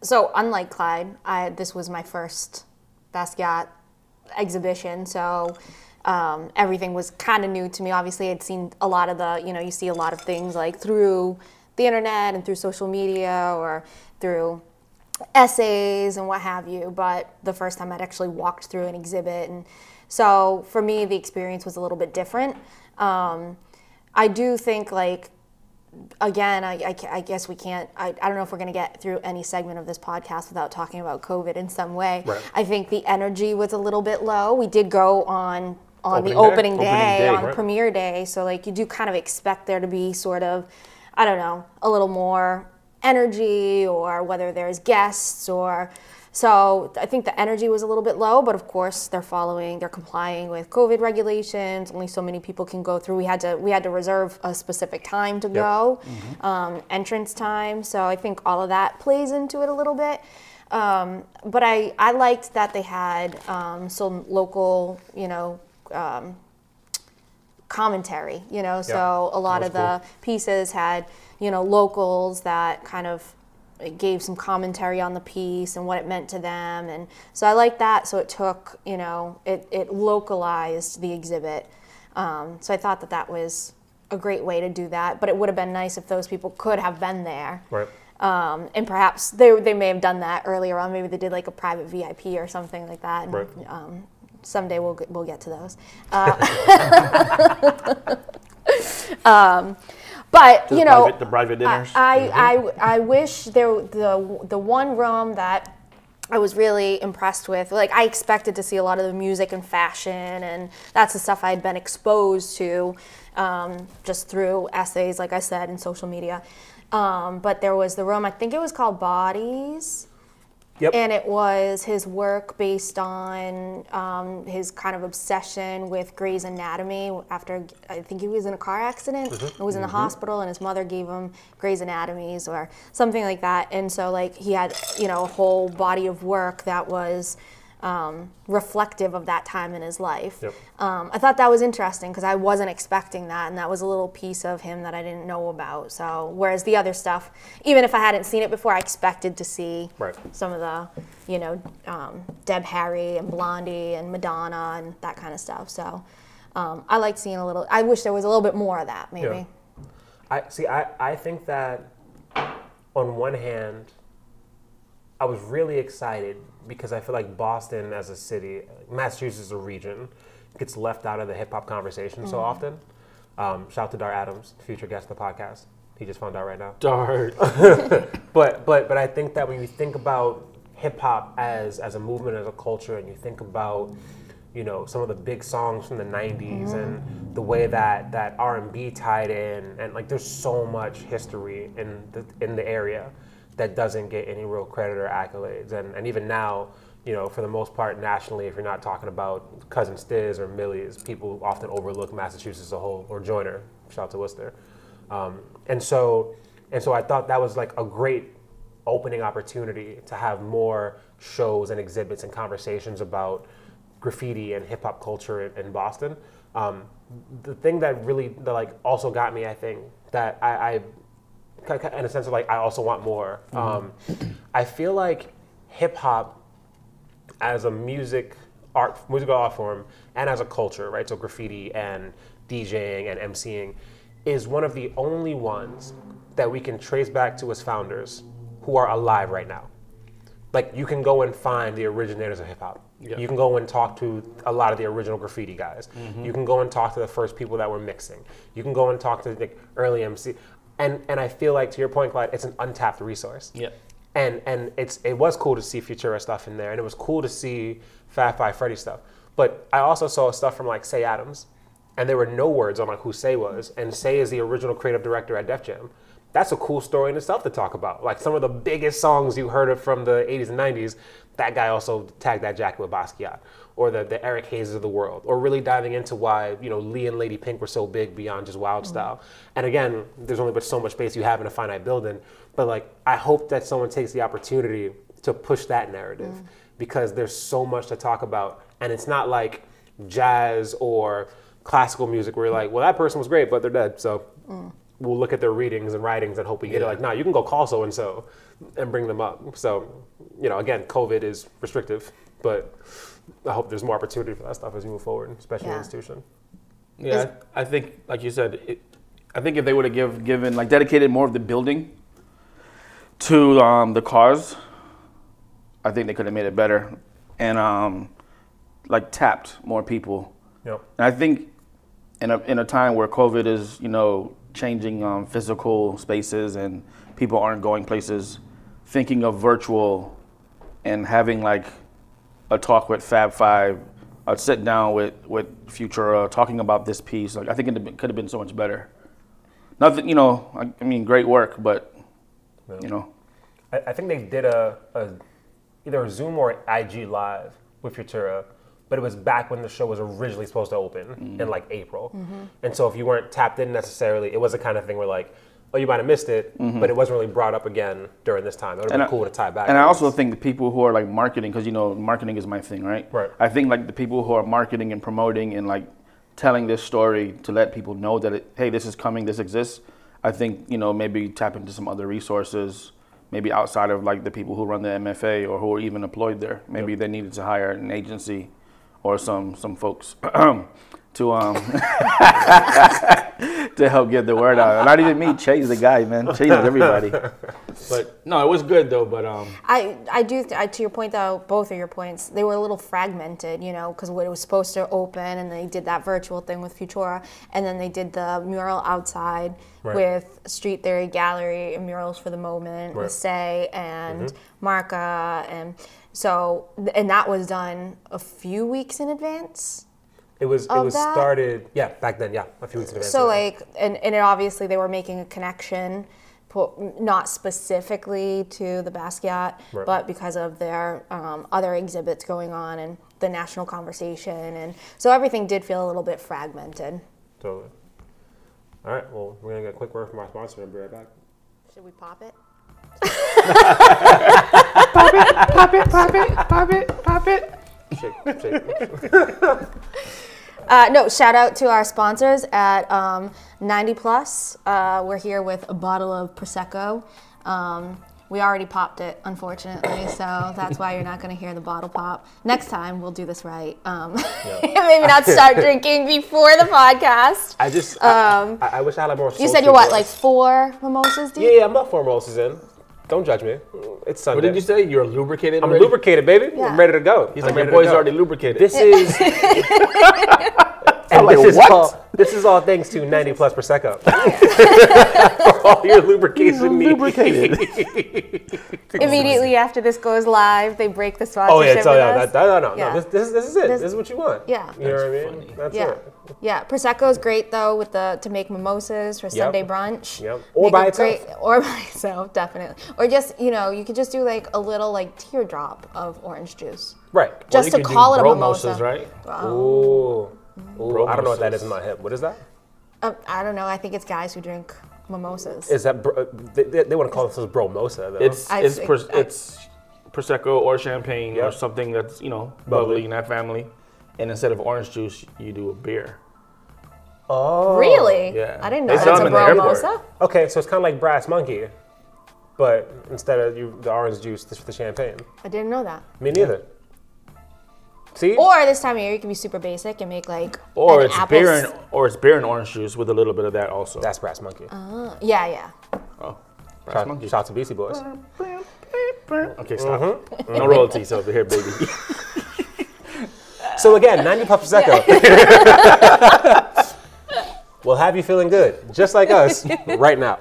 [SPEAKER 4] so unlike Clyde, I, this was my first Basquiat exhibition, so um, everything was kind of new to me. Obviously, I'd seen a lot of the, you know, you see a lot of things like through the internet and through social media or through essays and what have you, but the first time I'd actually walked through an exhibit, and so for me, the experience was a little bit different. Um, I do think like again, I, I, ca- I guess we can't, I, I don't know if we're going to get through any segment of this podcast without talking about COVID in some way.
[SPEAKER 3] Right.
[SPEAKER 4] I think the energy was a little bit low. We did go on on the
[SPEAKER 3] Opening
[SPEAKER 4] opening
[SPEAKER 3] day?
[SPEAKER 4] day,
[SPEAKER 2] Opening day,
[SPEAKER 4] on
[SPEAKER 2] right.
[SPEAKER 4] premiere day, so like you do kind of expect there to be sort of, I don't know, a little more energy or whether there's guests or so I think the energy was a little bit low, but of course they're following, they're complying with COVID regulations. Only so many people can go through. We had to we had to reserve a specific time to go, um, entrance time. So I think all of that plays into it a little bit. Um, but I, I liked that they had um, some local, you know, um, commentary, you know, so a lot
[SPEAKER 3] that
[SPEAKER 4] of
[SPEAKER 3] was
[SPEAKER 4] the pieces had, you know, locals that kind of gave some commentary on the piece and what it meant to them. And so I liked that. So it took, you know, it, it localized the exhibit. Um, so I thought that that was a great way to do that. But it would have been nice if those people could have been there.
[SPEAKER 3] Right.
[SPEAKER 4] Um, and perhaps they, they may have done that earlier on. Maybe they did like a private VIP or something like that. And,
[SPEAKER 3] Right.
[SPEAKER 4] Um, someday we'll get, we'll get to those. Uh, um, but you know,
[SPEAKER 2] private, the private dinners.
[SPEAKER 4] I, I, I wish there the the one room that I was really impressed with. Like I expected to see a lot of the music and fashion, and that's the stuff I had been exposed to um, just through essays, like I said, and social media. Um, but there was the room. I think it was called Bodies
[SPEAKER 3] Yep.
[SPEAKER 4] And it was his work based on um, his kind of obsession with Grey's Anatomy. After I think he was in a car accident,
[SPEAKER 3] Mm-hmm.
[SPEAKER 4] he was in the hospital, and his mother gave him Grey's Anatomies or something like that. And so like he had you know a whole body of work that was um, reflective of that time in his life.
[SPEAKER 3] Yep.
[SPEAKER 4] Um, I thought that was interesting because I wasn't expecting that, and that was a little piece of him that I didn't know about. So, whereas the other stuff, even if I hadn't seen it before, I expected to see
[SPEAKER 3] Right.
[SPEAKER 4] some of the, you know, um, Deb Harry and Blondie and Madonna and that kind of stuff. So, um, I like seeing a little. I wish there was a little bit more of that, maybe.
[SPEAKER 3] Yeah. I see. I, I think that on one hand, I was really excited because I feel like Boston as a city, Massachusetts as a region, gets left out of the hip hop conversation so often. Um, shout out to Dar Adams, future guest of the podcast. He just found out right now.
[SPEAKER 6] Dark.
[SPEAKER 3] But but but I think that when you think about hip hop as as a movement as a culture, and you think about you know some of the big songs from the '90s and the way that that R&B tied in, and like there's so much history in the in the area that doesn't get any real credit or accolades, and and even now. You know, for the most part, nationally, if you're not talking about cousin Stiz or Millie's, people often overlook Massachusetts as a whole, or Joyner. Shout out to Worcester. Um, and so, and so I thought that was like a great opening opportunity to have more shows and exhibits and conversations about graffiti and hip hop culture in, in Boston. Um, the thing that really that like also got me, I think, that I, I ki- ki- in a sense of like I also want more. Um, I feel like hip hop as a music art musical art form and as a culture, right? So graffiti and DJing and MCing is one of the only ones that we can trace back to its founders who are alive right now. Like you can go and find the originators of hip hop. You can go and talk to a lot of the original graffiti guys. You can go and talk to the first people that were mixing. You can go and talk to the early MC. And and I feel like to your point, Clyde, it's an untapped resource
[SPEAKER 6] Yep.
[SPEAKER 3] and and it's it was cool to see Futura stuff in there, and it was cool to see Fat Five Freddy stuff. But I also saw stuff from like Say Adams, and there were no words on like who Say was, and Say is the original creative director at Def Jam. That's a cool story in itself to talk about. Like some of the biggest songs you heard of from the 80s and 90s, that guy also tagged that Jackie with Basquiat, or the, the Eric Hayes of the world, or really diving into why you know Lee and Lady Pink were so big beyond just Wild Style. And again, there's only but so much space you have in a finite building, but like I hope that someone takes the opportunity to push that narrative because there's so much to talk about, and it's not like jazz or classical music where you're like, well, that person was great, but they're dead, so. We'll look at their readings and writings and hope we get it. Like, nah, you can go call so and so and bring them up. So, you know, again, COVID is restrictive, but I hope there's more opportunity for that stuff as we move forward, especially in
[SPEAKER 4] Yeah.
[SPEAKER 3] the institution.
[SPEAKER 6] Yeah,
[SPEAKER 4] Is-
[SPEAKER 6] I I think, like you said, it,
[SPEAKER 2] I think if they would have give, given like dedicated more of the building to um, the cars, I think they could have made it better and um, like tapped more people.
[SPEAKER 3] Yep.
[SPEAKER 2] And I think in a, in a time where COVID is, you know, changing um, physical spaces and people aren't going places, thinking of virtual and having like a talk with Fab Five, a sit down with, with Futura, talking about this piece, like I think it could have been so much better. Nothing, you know, I, I mean, great work, but, you know,
[SPEAKER 3] I, I think they did a, a either a Zoom or IG live with Futura, but it was back when the show was originally supposed to open
[SPEAKER 2] Mm-hmm.
[SPEAKER 3] in like April. And so if you weren't tapped in necessarily, it was the kind of thing where like, oh, you might have missed it, but it wasn't really brought up again during this time. It would have
[SPEAKER 2] Mm-hmm. And
[SPEAKER 3] been
[SPEAKER 2] I-
[SPEAKER 3] cool to tie back.
[SPEAKER 2] And I also think the people who are like marketing, because you know, marketing is my thing, right?
[SPEAKER 3] Right.
[SPEAKER 2] I think like the people who are marketing and promoting and like telling this story to let people know that it, hey, this is coming, this exists. I think you know maybe tap into some other resources, maybe outside of like the people who run the MFA or who are even employed there. Maybe they needed to hire an agency or some some folks to um to help get the word out. Not even me, Chase the guy, man. Chase is everybody.
[SPEAKER 6] but no, it was good though. But um,
[SPEAKER 4] I, I do th- I, to your point though both of your points they were a little fragmented you know because what it was supposed to open and they did that virtual thing with Futura and then they did the mural outside
[SPEAKER 3] Right.
[SPEAKER 4] with Street Theory Gallery and murals for the moment
[SPEAKER 3] Right. Mm-hmm.
[SPEAKER 4] with Say and Marca and so th- and that was done a few weeks in advance
[SPEAKER 3] it was it
[SPEAKER 4] of
[SPEAKER 3] was
[SPEAKER 4] Oh, that-
[SPEAKER 3] started yeah back then yeah a few weeks in advance.
[SPEAKER 4] so
[SPEAKER 3] yeah.
[SPEAKER 4] like and, and it obviously they were making a connection po- not specifically to the Basquiat,
[SPEAKER 3] Right.
[SPEAKER 4] but because of their um, other exhibits going on and the national conversation, and so everything did feel a little bit fragmented.
[SPEAKER 3] Totally. All right. Well, we're gonna get a quick word from our sponsor and be right back.
[SPEAKER 4] Should we pop it?
[SPEAKER 3] Shake, shake.
[SPEAKER 4] Uh, no, shout out to our sponsors at um, 90 Plus. Uh, we're here with a bottle of Prosecco. Um, we already popped it, unfortunately, so that's why you're not going to hear the bottle pop. Next time, we'll do this right. Um, maybe not start drinking before the podcast.
[SPEAKER 3] I just. Um, I, I wish I had more.
[SPEAKER 4] You said you're what, like four mimosas deep?
[SPEAKER 3] Yeah, yeah, I'm not four mimosas in. Don't judge me. It's Sunday.
[SPEAKER 2] What did you say? You're lubricated.
[SPEAKER 3] I'm
[SPEAKER 2] already?
[SPEAKER 3] lubricated, baby.
[SPEAKER 4] Yeah.
[SPEAKER 3] I'm ready to go. He's
[SPEAKER 2] Like
[SPEAKER 3] I'm
[SPEAKER 2] your
[SPEAKER 3] ready to
[SPEAKER 2] boy's
[SPEAKER 3] go.
[SPEAKER 2] already lubricated.
[SPEAKER 3] This is. and this is all. This is all thanks to 90 plus prosecco. For all your lubrication needs.
[SPEAKER 4] Immediately after this goes live, they break the sponsorship
[SPEAKER 3] Oh yeah, so
[SPEAKER 4] with
[SPEAKER 3] yeah,
[SPEAKER 4] us.
[SPEAKER 3] that, that, no, no, no.
[SPEAKER 4] Yeah.
[SPEAKER 3] This, this, this is it. This,
[SPEAKER 4] This-
[SPEAKER 3] is what you want.
[SPEAKER 4] Yeah.
[SPEAKER 3] You know what I mean? That's
[SPEAKER 4] yeah,
[SPEAKER 3] it.
[SPEAKER 4] yeah. Prosecco is great though with the to make mimosas for Sunday brunch.
[SPEAKER 3] Yep. Or
[SPEAKER 4] Make
[SPEAKER 3] by
[SPEAKER 4] it
[SPEAKER 3] itself.
[SPEAKER 4] or by itself, definitely. Or just you know, you could just do like a little like teardrop of orange juice.
[SPEAKER 3] Right.
[SPEAKER 2] Well,
[SPEAKER 4] Just
[SPEAKER 2] you
[SPEAKER 4] to
[SPEAKER 2] could do
[SPEAKER 4] call it a
[SPEAKER 2] bro
[SPEAKER 4] mimosa.
[SPEAKER 2] mimosas, right?
[SPEAKER 3] Ooh. Ooh, I don't know what that is in my head. What is that?
[SPEAKER 4] Uh, I don't know. I think it's guys who drink mimosas.
[SPEAKER 3] Is that bro, they, they, they want to call this bromosa though?
[SPEAKER 2] It's
[SPEAKER 4] I
[SPEAKER 2] it's
[SPEAKER 4] see.
[SPEAKER 2] pros- it's prosecco or champagne or
[SPEAKER 3] Yep.
[SPEAKER 2] something that's you know
[SPEAKER 3] Bubbly.
[SPEAKER 2] bubbly in that family, and instead of orange juice, you do a beer.
[SPEAKER 3] oh
[SPEAKER 4] really?
[SPEAKER 2] yeah.
[SPEAKER 4] I didn't
[SPEAKER 2] They
[SPEAKER 4] know
[SPEAKER 2] sell
[SPEAKER 4] that's a
[SPEAKER 2] 'em in the airport.
[SPEAKER 4] bromosa.
[SPEAKER 3] Okay, so it's kind of like brass monkey, but instead of you, the orange juice, this the champagne.
[SPEAKER 4] I didn't know that.
[SPEAKER 3] Me neither. See?
[SPEAKER 4] Or this time of year, you can be super basic and make like
[SPEAKER 2] Or
[SPEAKER 4] an
[SPEAKER 2] it's
[SPEAKER 4] apple
[SPEAKER 2] beer
[SPEAKER 4] s-
[SPEAKER 2] and or it's beer and orange juice with a little bit of that also.
[SPEAKER 3] That's brass monkey.
[SPEAKER 4] yeah, yeah.
[SPEAKER 2] oh, Brass
[SPEAKER 3] Shout,
[SPEAKER 2] Monkey.
[SPEAKER 3] shout out to Beastie Boys.
[SPEAKER 2] Okay, stop. No
[SPEAKER 4] Mm-hmm.
[SPEAKER 2] royalties over here, baby.
[SPEAKER 3] So again, 90 pups Prosecco. We'll have you feeling good, just like us, right now.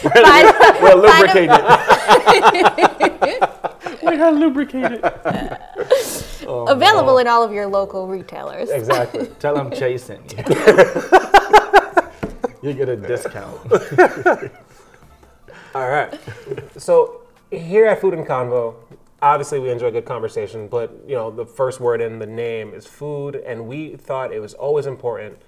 [SPEAKER 4] Find-
[SPEAKER 2] We're lubricated.
[SPEAKER 3] Oh,
[SPEAKER 4] available in all of your local retailers.
[SPEAKER 3] Exactly.
[SPEAKER 2] Tell them chasing you. you get a discount.
[SPEAKER 3] All right. So here at Food and Convo, obviously we enjoy good conversation, but you know the first word in the name is food, and we thought it was always important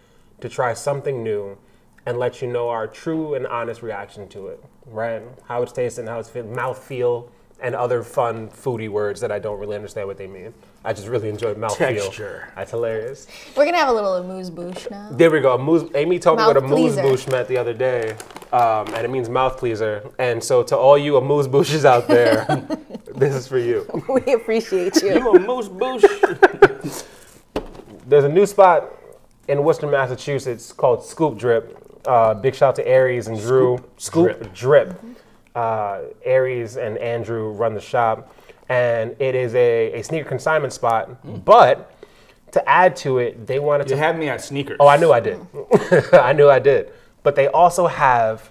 [SPEAKER 3] to try something new and let you know our true and honest reaction to it, right? How it's tasting, how it's feel, mouth feel, and other fun foodie words that I don't really understand what they mean. I just really enjoyed mouth
[SPEAKER 2] Texture.
[SPEAKER 3] That's hilarious.
[SPEAKER 4] We're gonna have a little amuse bouche now.
[SPEAKER 3] There we go. Moose, Amy told me what a
[SPEAKER 4] Mouth
[SPEAKER 3] moose
[SPEAKER 4] pleaser.
[SPEAKER 3] bouche meant the other day, um, and it means mouth pleaser. And so, to all you moose bouches out there, this is for you.
[SPEAKER 4] we appreciate you.
[SPEAKER 2] You a moose boosh.
[SPEAKER 3] There's a new spot in Worcester, Massachusetts called Scoop Drip. Uh, big shout out to Aries and Drew. Scoop Drip. Uh, Aries and Andrew run the shop, and it is a, a sneaker consignment spot. But to add to it, they wanted
[SPEAKER 2] Mm. You
[SPEAKER 3] to
[SPEAKER 2] had me at sneakers.
[SPEAKER 3] Oh, I knew I did. I knew I did. But they also have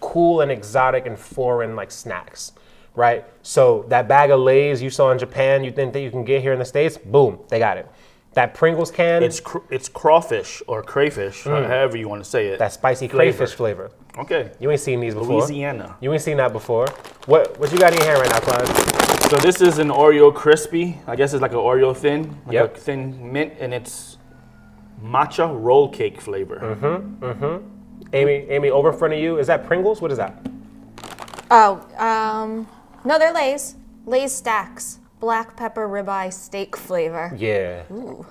[SPEAKER 3] cool and exotic and foreign like snacks, right? So that bag of Lay's you saw in Japan, you think that you can get here in the states? Boom, they got it. That Pringles can,
[SPEAKER 2] It's cr- it's crawfish or crayfish, or however you want to say it.
[SPEAKER 3] that spicy
[SPEAKER 2] Flavor.
[SPEAKER 3] crayfish flavor.
[SPEAKER 2] okay.
[SPEAKER 3] You ain't seen these before.
[SPEAKER 2] Louisiana.
[SPEAKER 3] You ain't seen that before. What what you got in your hand right now, Clyde?
[SPEAKER 2] So this is an Oreo crispy. I guess it's like an Oreo thin, like
[SPEAKER 3] Yep.
[SPEAKER 2] a thin mint, and it's matcha roll cake flavor.
[SPEAKER 3] Amy, Amy, over in front of you. Is that Pringles? What is that?
[SPEAKER 4] Oh, um, no, they're Lay's. Lay's stacks, black pepper ribeye steak flavor.
[SPEAKER 3] Yeah.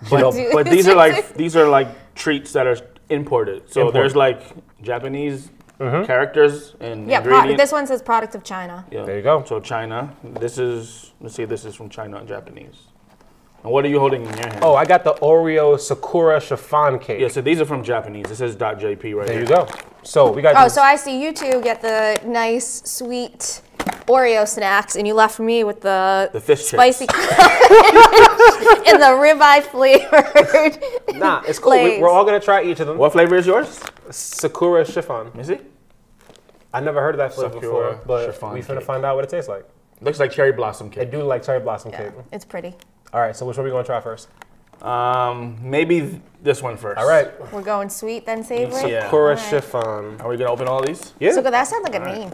[SPEAKER 2] But,
[SPEAKER 4] Dude.
[SPEAKER 2] but these are like these are like treats that are imported. So
[SPEAKER 3] Imported.
[SPEAKER 2] there's like Japanese
[SPEAKER 3] Mm-hmm.
[SPEAKER 2] characters and
[SPEAKER 4] Yeah, pro-
[SPEAKER 2] ingredients.
[SPEAKER 4] this one says product of China.
[SPEAKER 2] Yeah.
[SPEAKER 3] There you go.
[SPEAKER 2] So China. This is let's see. This is from China and Japanese. And what are you holding in your hand?
[SPEAKER 3] Oh, I got the Oreo Sakura chiffon cake.
[SPEAKER 2] yeah. So these are from Japanese. This is .jp right
[SPEAKER 3] There
[SPEAKER 2] here.
[SPEAKER 3] you go. So we got
[SPEAKER 4] Oh,
[SPEAKER 3] these-
[SPEAKER 4] so I see you two get the nice, sweet Oreo snacks, and you left me with the,
[SPEAKER 2] The fish
[SPEAKER 4] spicy and the ribeye flavored.
[SPEAKER 3] Nah, it's cool. We,
[SPEAKER 4] Lay's.
[SPEAKER 3] we're all gonna try each of them.
[SPEAKER 2] What flavor is yours?
[SPEAKER 3] Sakura chiffon.
[SPEAKER 2] Let me see.
[SPEAKER 3] I never heard of that flavor
[SPEAKER 2] Sakura
[SPEAKER 3] before, but
[SPEAKER 2] chiffon
[SPEAKER 3] we finna
[SPEAKER 2] cake.
[SPEAKER 3] find out what it tastes like.
[SPEAKER 2] Looks like cherry blossom
[SPEAKER 3] I
[SPEAKER 2] cake.
[SPEAKER 3] do like cherry blossom cake.
[SPEAKER 4] it's pretty.
[SPEAKER 3] All right, so which one we gonna try first?
[SPEAKER 2] Um, maybe th- this one first.
[SPEAKER 3] All right.
[SPEAKER 4] We're going sweet then savory.
[SPEAKER 2] Yeah.
[SPEAKER 3] Sakura
[SPEAKER 4] Alright.
[SPEAKER 3] chiffon.
[SPEAKER 2] Are we gonna open all these?
[SPEAKER 3] Yeah.
[SPEAKER 4] Sakura, that sounds like a name.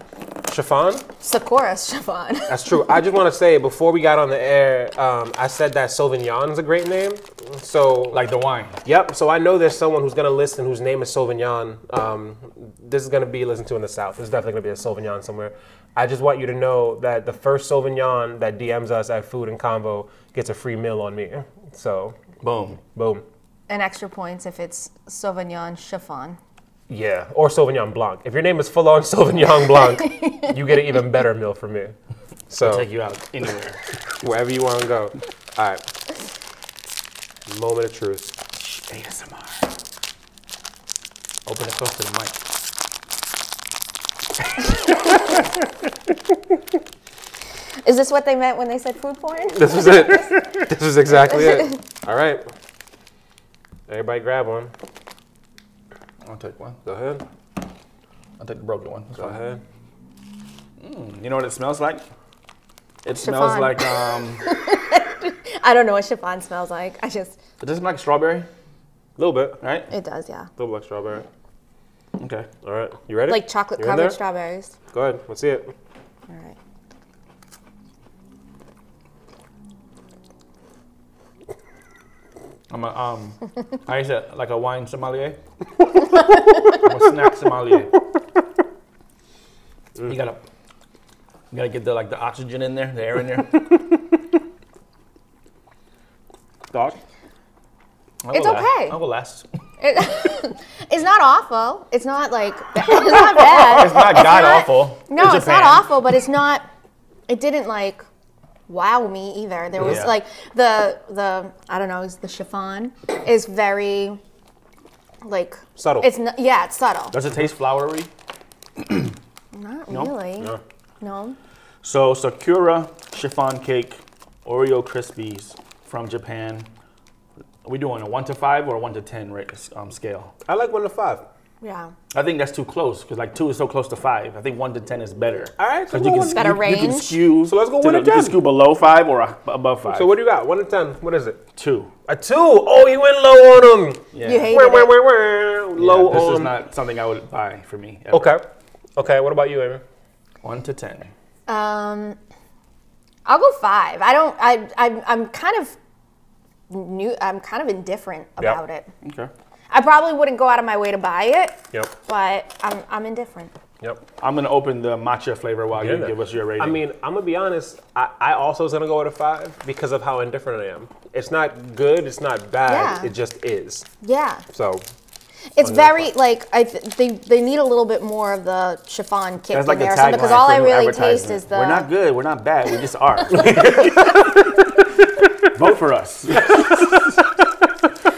[SPEAKER 3] chiffon.
[SPEAKER 4] Sakura chiffon.
[SPEAKER 3] That's true. I just want to say before we got on the air, um, I said that Sauvignon's a great name. So
[SPEAKER 2] Like the wine.
[SPEAKER 3] Yep. So I know there's someone who's gonna listen whose name is Sauvignon. Um, this is gonna be listened to in the South. There's definitely gonna be a Sauvignon somewhere. I just want you to know that the first Sauvignon that DMs us at Food and Combo gets a free meal on me. So
[SPEAKER 2] Boom.
[SPEAKER 3] boom.
[SPEAKER 4] and extra points if it's Sauvignon chiffon.
[SPEAKER 3] Yeah. Or Sauvignon Blanc. If your name is full on Sauvignon Blanc, you get an even better meal from me. So
[SPEAKER 2] Take you out anywhere.
[SPEAKER 3] wherever you wanna go. All right. Moment of truth.
[SPEAKER 2] ASMR. Open it close to the mic.
[SPEAKER 4] Is this what they meant when they said food porn?
[SPEAKER 3] This was it. this was exactly it. All right. Everybody grab one.
[SPEAKER 2] I'll take one.
[SPEAKER 3] Go ahead.
[SPEAKER 2] I'll take the broken one. That's
[SPEAKER 3] Go
[SPEAKER 2] fine.
[SPEAKER 3] ahead.
[SPEAKER 2] You know what it smells like? It
[SPEAKER 4] Chiffon.
[SPEAKER 2] smells like um.
[SPEAKER 4] I don't know what chiffon smells like. I just,
[SPEAKER 2] it doesn't like strawberry,
[SPEAKER 3] A little bit. A
[SPEAKER 2] right?
[SPEAKER 4] it does, yeah.
[SPEAKER 3] little like strawberry.
[SPEAKER 2] Okay.
[SPEAKER 3] All right. You ready?
[SPEAKER 4] Like chocolate
[SPEAKER 3] You in there?
[SPEAKER 4] covered strawberries.
[SPEAKER 3] Go ahead. Let's see it.
[SPEAKER 4] All right.
[SPEAKER 2] I'm a um. I used to like a wine sommelier. I'm a snack sommelier. You gotta, you gotta get the like the oxygen in there, the air in there.
[SPEAKER 3] Doc.
[SPEAKER 2] I'll
[SPEAKER 4] It's
[SPEAKER 2] go last.
[SPEAKER 4] okay.
[SPEAKER 2] I'll go last.
[SPEAKER 4] It- it's not awful. It's not like, it's not bad.
[SPEAKER 2] It's not god awful.
[SPEAKER 4] No,
[SPEAKER 2] It's
[SPEAKER 4] it's, not
[SPEAKER 2] Japan.
[SPEAKER 4] awful, but it's not. It didn't like wow me either. There was
[SPEAKER 2] Yeah.
[SPEAKER 4] like the the I don't know. Is the chiffon is very like
[SPEAKER 3] Subtle.
[SPEAKER 4] It's not, yeah, it's subtle.
[SPEAKER 2] Does it taste flowery?
[SPEAKER 4] Not
[SPEAKER 2] No?
[SPEAKER 4] really.
[SPEAKER 3] No.
[SPEAKER 4] No.
[SPEAKER 2] So Sakura chiffon cake, Oreo crispies from Japan. Are we doing a one to five or a one to ten rate, um, scale?
[SPEAKER 3] I like one to five.
[SPEAKER 4] Yeah.
[SPEAKER 2] I think that's too close because like two is so close to five. I think one to ten is better.
[SPEAKER 3] All right, so
[SPEAKER 2] 'Cause
[SPEAKER 3] go
[SPEAKER 2] you
[SPEAKER 3] one-
[SPEAKER 2] can,
[SPEAKER 4] Better
[SPEAKER 2] you, you can
[SPEAKER 4] range.
[SPEAKER 2] skew.
[SPEAKER 3] So let's go
[SPEAKER 2] to
[SPEAKER 3] one
[SPEAKER 2] the-
[SPEAKER 3] to
[SPEAKER 2] You
[SPEAKER 3] 10.
[SPEAKER 2] can skew below five or a- above five.
[SPEAKER 3] So what do you got? One to ten. What is it?
[SPEAKER 2] two?
[SPEAKER 3] A two. Oh, you went low on him.
[SPEAKER 2] Yeah.
[SPEAKER 4] You hate
[SPEAKER 3] Wah,
[SPEAKER 4] it.
[SPEAKER 3] wah, wah, wah.
[SPEAKER 2] Yeah,
[SPEAKER 3] Low
[SPEAKER 2] This
[SPEAKER 3] on
[SPEAKER 2] is
[SPEAKER 3] him.
[SPEAKER 2] not something I would buy for me. ever.
[SPEAKER 3] Okay. Okay. What about you, Amy?
[SPEAKER 2] One to ten.
[SPEAKER 4] Um, I'll go five. I don't. I. I'm. I'm kind of new. I'm kind of indifferent about it.
[SPEAKER 2] Okay.
[SPEAKER 4] I probably wouldn't go out of my way to buy it,
[SPEAKER 3] Yep.
[SPEAKER 4] but I'm. I'm indifferent.
[SPEAKER 3] Yep.
[SPEAKER 2] I'm gonna open the matcha flavor while you give us your rating.
[SPEAKER 3] I mean, I'm gonna be honest. I, I also was gonna go with a five because of how indifferent I am. It's not good. It's not bad.
[SPEAKER 4] Yeah.
[SPEAKER 3] It just is.
[SPEAKER 4] Yeah.
[SPEAKER 3] So
[SPEAKER 4] It's
[SPEAKER 3] on the
[SPEAKER 4] very
[SPEAKER 3] front.
[SPEAKER 4] like I. Th- they they need a little bit more of the chiffon kick
[SPEAKER 2] that's
[SPEAKER 4] in
[SPEAKER 2] like the
[SPEAKER 4] there or something
[SPEAKER 2] tagline
[SPEAKER 4] because all
[SPEAKER 2] for
[SPEAKER 4] I
[SPEAKER 2] the
[SPEAKER 4] really taste
[SPEAKER 2] advertisement.
[SPEAKER 4] is the.
[SPEAKER 2] We're not good. We're not bad. We just are. Vote for us.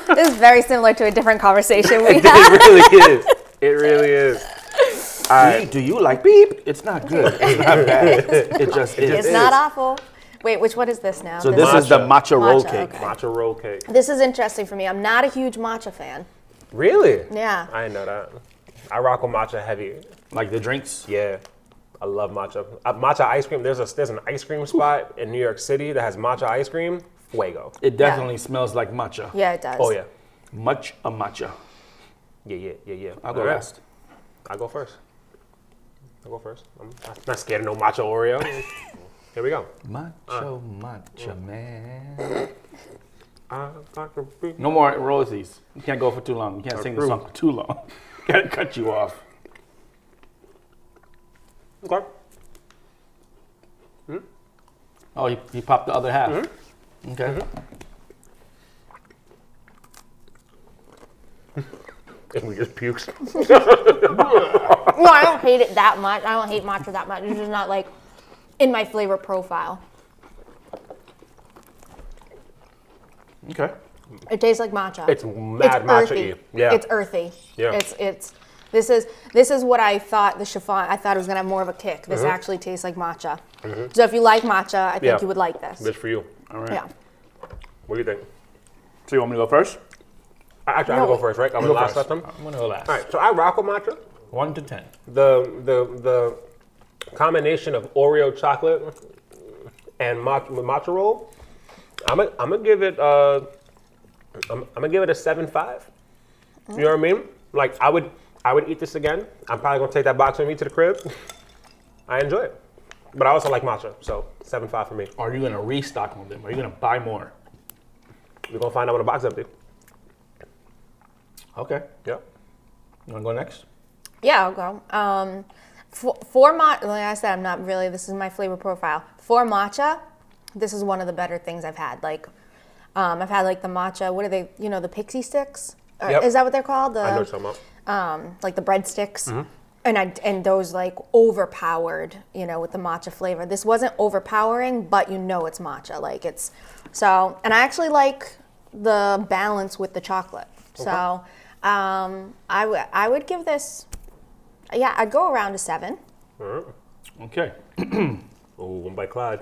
[SPEAKER 4] This is very similar to a different conversation we had.
[SPEAKER 3] it really is. It really is.
[SPEAKER 2] Beep, do you like beep? It's not good. It's not bad. It just is.
[SPEAKER 4] It's not awful. Wait, which what is this now?
[SPEAKER 2] So this is the matcha roll
[SPEAKER 4] Matcha,
[SPEAKER 2] cake.
[SPEAKER 4] okay.
[SPEAKER 3] Matcha roll cake.
[SPEAKER 4] This is interesting for me. I'm not a huge matcha fan.
[SPEAKER 3] Really?
[SPEAKER 4] Yeah.
[SPEAKER 3] I didn't know that. I rock with matcha heavy.
[SPEAKER 2] Like the drinks.
[SPEAKER 3] Yeah. I love matcha. Uh, matcha ice cream. There's a there's an ice cream spot in New York City that has matcha ice cream. Fuego.
[SPEAKER 2] It definitely smells like matcha.
[SPEAKER 4] Yeah, it does.
[SPEAKER 3] Oh yeah.
[SPEAKER 2] Much a matcha.
[SPEAKER 3] Yeah, yeah, yeah, yeah.
[SPEAKER 2] I'll go
[SPEAKER 3] All right.
[SPEAKER 2] last.
[SPEAKER 3] I'll go first. I'll go first. I'm not- not scared of no matcha Oreo. Here we go.
[SPEAKER 2] Macho, macho man.
[SPEAKER 3] Uh, Dr. B.
[SPEAKER 2] No more royalties. You can't go for too long. You can't sing the song for too long. Gotta cut you off.
[SPEAKER 3] Okay.
[SPEAKER 2] Oh, he, he popped the other half. Mm-hmm. Okay.
[SPEAKER 3] And we just pukes.
[SPEAKER 4] No, I don't hate it that much. I don't hate matcha that much. It's just not like in my flavor profile.
[SPEAKER 2] Okay.
[SPEAKER 4] It tastes like matcha.
[SPEAKER 3] It's mad matcha-y.
[SPEAKER 4] earthy.
[SPEAKER 3] Yeah.
[SPEAKER 4] It's earthy.
[SPEAKER 3] Yeah.
[SPEAKER 4] It's it's this is this is what I thought the chiffon. I thought it was gonna have more of a kick. This actually tastes like matcha. So if you like matcha, I think
[SPEAKER 3] Mm-hmm. Yeah.
[SPEAKER 4] you would like this.
[SPEAKER 3] This for you.
[SPEAKER 2] All right.
[SPEAKER 4] Yeah.
[SPEAKER 3] What do you think?
[SPEAKER 2] So you want me to go first?
[SPEAKER 3] I- Actually, I'm
[SPEAKER 4] No,
[SPEAKER 3] gonna
[SPEAKER 4] wait.
[SPEAKER 3] go first, right? I'm
[SPEAKER 2] Go
[SPEAKER 3] gonna last
[SPEAKER 2] first.
[SPEAKER 3] at them.
[SPEAKER 2] I'm gonna go last.
[SPEAKER 3] All right, so I rock with matcha.
[SPEAKER 2] One to ten.
[SPEAKER 3] The the the combination of Oreo chocolate and matcha, matcha roll. I'm gonna I'm gonna give it uh, I'm, I'm gonna give it a seven five. You know what I mean? Like I would I would eat this again. I'm probably gonna take that box with me to the crib. I enjoy it, but I also like matcha, so seven five for me.
[SPEAKER 2] Are you gonna restock on them? Are you gonna buy more?
[SPEAKER 3] We're gonna find out when the box empty.
[SPEAKER 2] Okay.
[SPEAKER 3] Yeah.
[SPEAKER 2] You wanna go next?
[SPEAKER 4] Yeah, I'll go. Um, for, for matcha, like I said, I'm not really. This is my flavor profile. For matcha, this is one of the better things I've had. Like, um, I've had like the matcha. What are they? You know, the pixie sticks. Or
[SPEAKER 3] Yep.
[SPEAKER 4] Is that what they're called? The,
[SPEAKER 3] I know what you're talking about.
[SPEAKER 4] um, like the breadsticks,
[SPEAKER 3] Mm-hmm.
[SPEAKER 4] and I and those like overpowered, you know, with the matcha flavor. This wasn't overpowering, but you know it's matcha. Like it's so, and I actually like the balance with the chocolate. So, um, I would I would give this, yeah, I'd go around a seven.
[SPEAKER 2] Okay.
[SPEAKER 3] Oh, one by Clyde.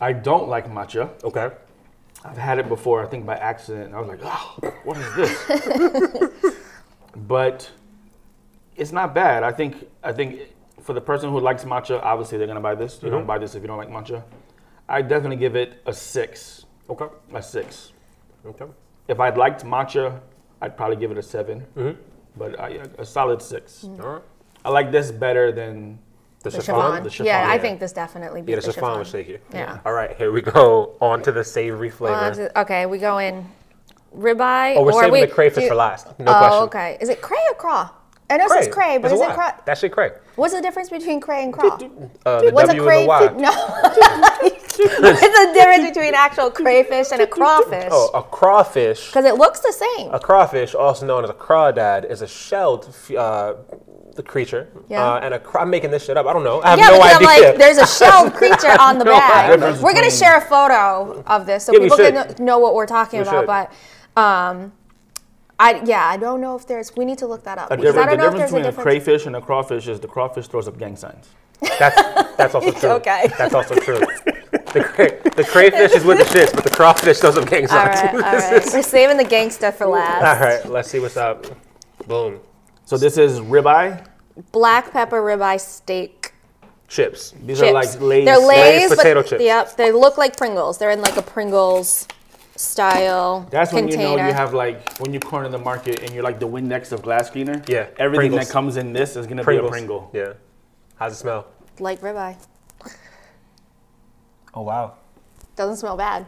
[SPEAKER 2] I don't like matcha.
[SPEAKER 3] Okay.
[SPEAKER 2] I've had it before, I think by accident. and I was like, oh, what is this? but it's not bad. I think I think for the person who likes matcha, obviously they're gonna buy this. You don't buy this if you don't like matcha. I definitely give it a six.
[SPEAKER 3] Okay.
[SPEAKER 2] A six.
[SPEAKER 3] Okay.
[SPEAKER 2] If I'd liked matcha, I'd probably give it a 7 But I, a solid six.
[SPEAKER 3] Hmm? All right.
[SPEAKER 2] I like this better than
[SPEAKER 3] The,
[SPEAKER 4] The
[SPEAKER 3] chiffon.
[SPEAKER 4] chiffon.
[SPEAKER 2] the chiffon,
[SPEAKER 4] yeah, I
[SPEAKER 2] yeah.
[SPEAKER 4] think this definitely beats
[SPEAKER 3] Yeah,
[SPEAKER 4] the
[SPEAKER 3] the chiffon
[SPEAKER 4] chiffon.
[SPEAKER 3] was shaky.
[SPEAKER 4] Yeah.
[SPEAKER 3] All right, here we go. On to the savory flavor.
[SPEAKER 4] Uh, is it- okay, we go in ribeye.
[SPEAKER 3] oh, we're
[SPEAKER 4] or
[SPEAKER 3] saving
[SPEAKER 4] we-
[SPEAKER 3] the crayfish
[SPEAKER 4] do-
[SPEAKER 3] for last. No
[SPEAKER 4] oh,
[SPEAKER 3] question.
[SPEAKER 4] okay. Is it cray or craw? I know it says cray, but
[SPEAKER 3] That's
[SPEAKER 4] is
[SPEAKER 3] a
[SPEAKER 4] it
[SPEAKER 3] Y.
[SPEAKER 4] craw?
[SPEAKER 3] That shit cray.
[SPEAKER 4] What's the difference between cray and craw?
[SPEAKER 3] Uh, the
[SPEAKER 4] What's
[SPEAKER 3] W
[SPEAKER 4] a
[SPEAKER 3] and the Y.
[SPEAKER 4] crayfish? No. What's the difference between actual crayfish and a crawfish?
[SPEAKER 3] Oh, a crawfish.
[SPEAKER 4] Because it looks the same.
[SPEAKER 3] A crawfish, also known as a crawdad, is a shelled f- uh, the creature.
[SPEAKER 4] Yeah.
[SPEAKER 3] Uh, and a cra- I'm making this shit up. I don't know. I have
[SPEAKER 4] yeah,
[SPEAKER 3] no
[SPEAKER 4] because
[SPEAKER 3] idea.
[SPEAKER 4] I'm like, there's a shelled creature on the
[SPEAKER 3] No
[SPEAKER 4] bag.
[SPEAKER 3] idea.
[SPEAKER 4] We're gonna share a photo of this so
[SPEAKER 3] Yeah, we
[SPEAKER 4] people can
[SPEAKER 3] should.
[SPEAKER 4] kn- know what we're talking
[SPEAKER 3] We
[SPEAKER 4] about.
[SPEAKER 3] should.
[SPEAKER 4] But, um, I yeah, I don't know if there's. We need to look that up.
[SPEAKER 2] a
[SPEAKER 4] because I
[SPEAKER 2] difference. The
[SPEAKER 4] don't know if
[SPEAKER 2] difference
[SPEAKER 4] there's a
[SPEAKER 2] between a,
[SPEAKER 4] difference.
[SPEAKER 2] crayfish and a crawfish is the crawfish throws up gang signs.
[SPEAKER 3] that's, that's also true.
[SPEAKER 4] Okay.
[SPEAKER 3] That's also true. The, cray- the crayfish is with the shits, but the crawfish does up gang
[SPEAKER 4] all
[SPEAKER 3] signs.
[SPEAKER 4] right, all right. We're saving the gangsta for
[SPEAKER 3] all
[SPEAKER 4] last.
[SPEAKER 3] right, let's see what's up. Boom.
[SPEAKER 2] So this is ribeye.
[SPEAKER 4] Black pepper ribeye steak.
[SPEAKER 3] Chips.
[SPEAKER 2] These
[SPEAKER 4] chips.
[SPEAKER 2] are like Lay's.
[SPEAKER 4] They're Lay's,
[SPEAKER 3] Lay's potato
[SPEAKER 4] but,
[SPEAKER 3] chips.
[SPEAKER 4] Yep, they look like Pringles. They're in like a Pringles style
[SPEAKER 2] That's when
[SPEAKER 4] container.
[SPEAKER 2] you know you have like when you corner the market and you're like the Windex of glass cleaner.
[SPEAKER 3] Yeah,
[SPEAKER 2] Everything
[SPEAKER 3] Pringles.
[SPEAKER 2] that comes in this is gonna be a Pringle.
[SPEAKER 3] Yeah. How's it smell?
[SPEAKER 4] like ribeye.
[SPEAKER 2] Oh wow.
[SPEAKER 4] Doesn't smell bad.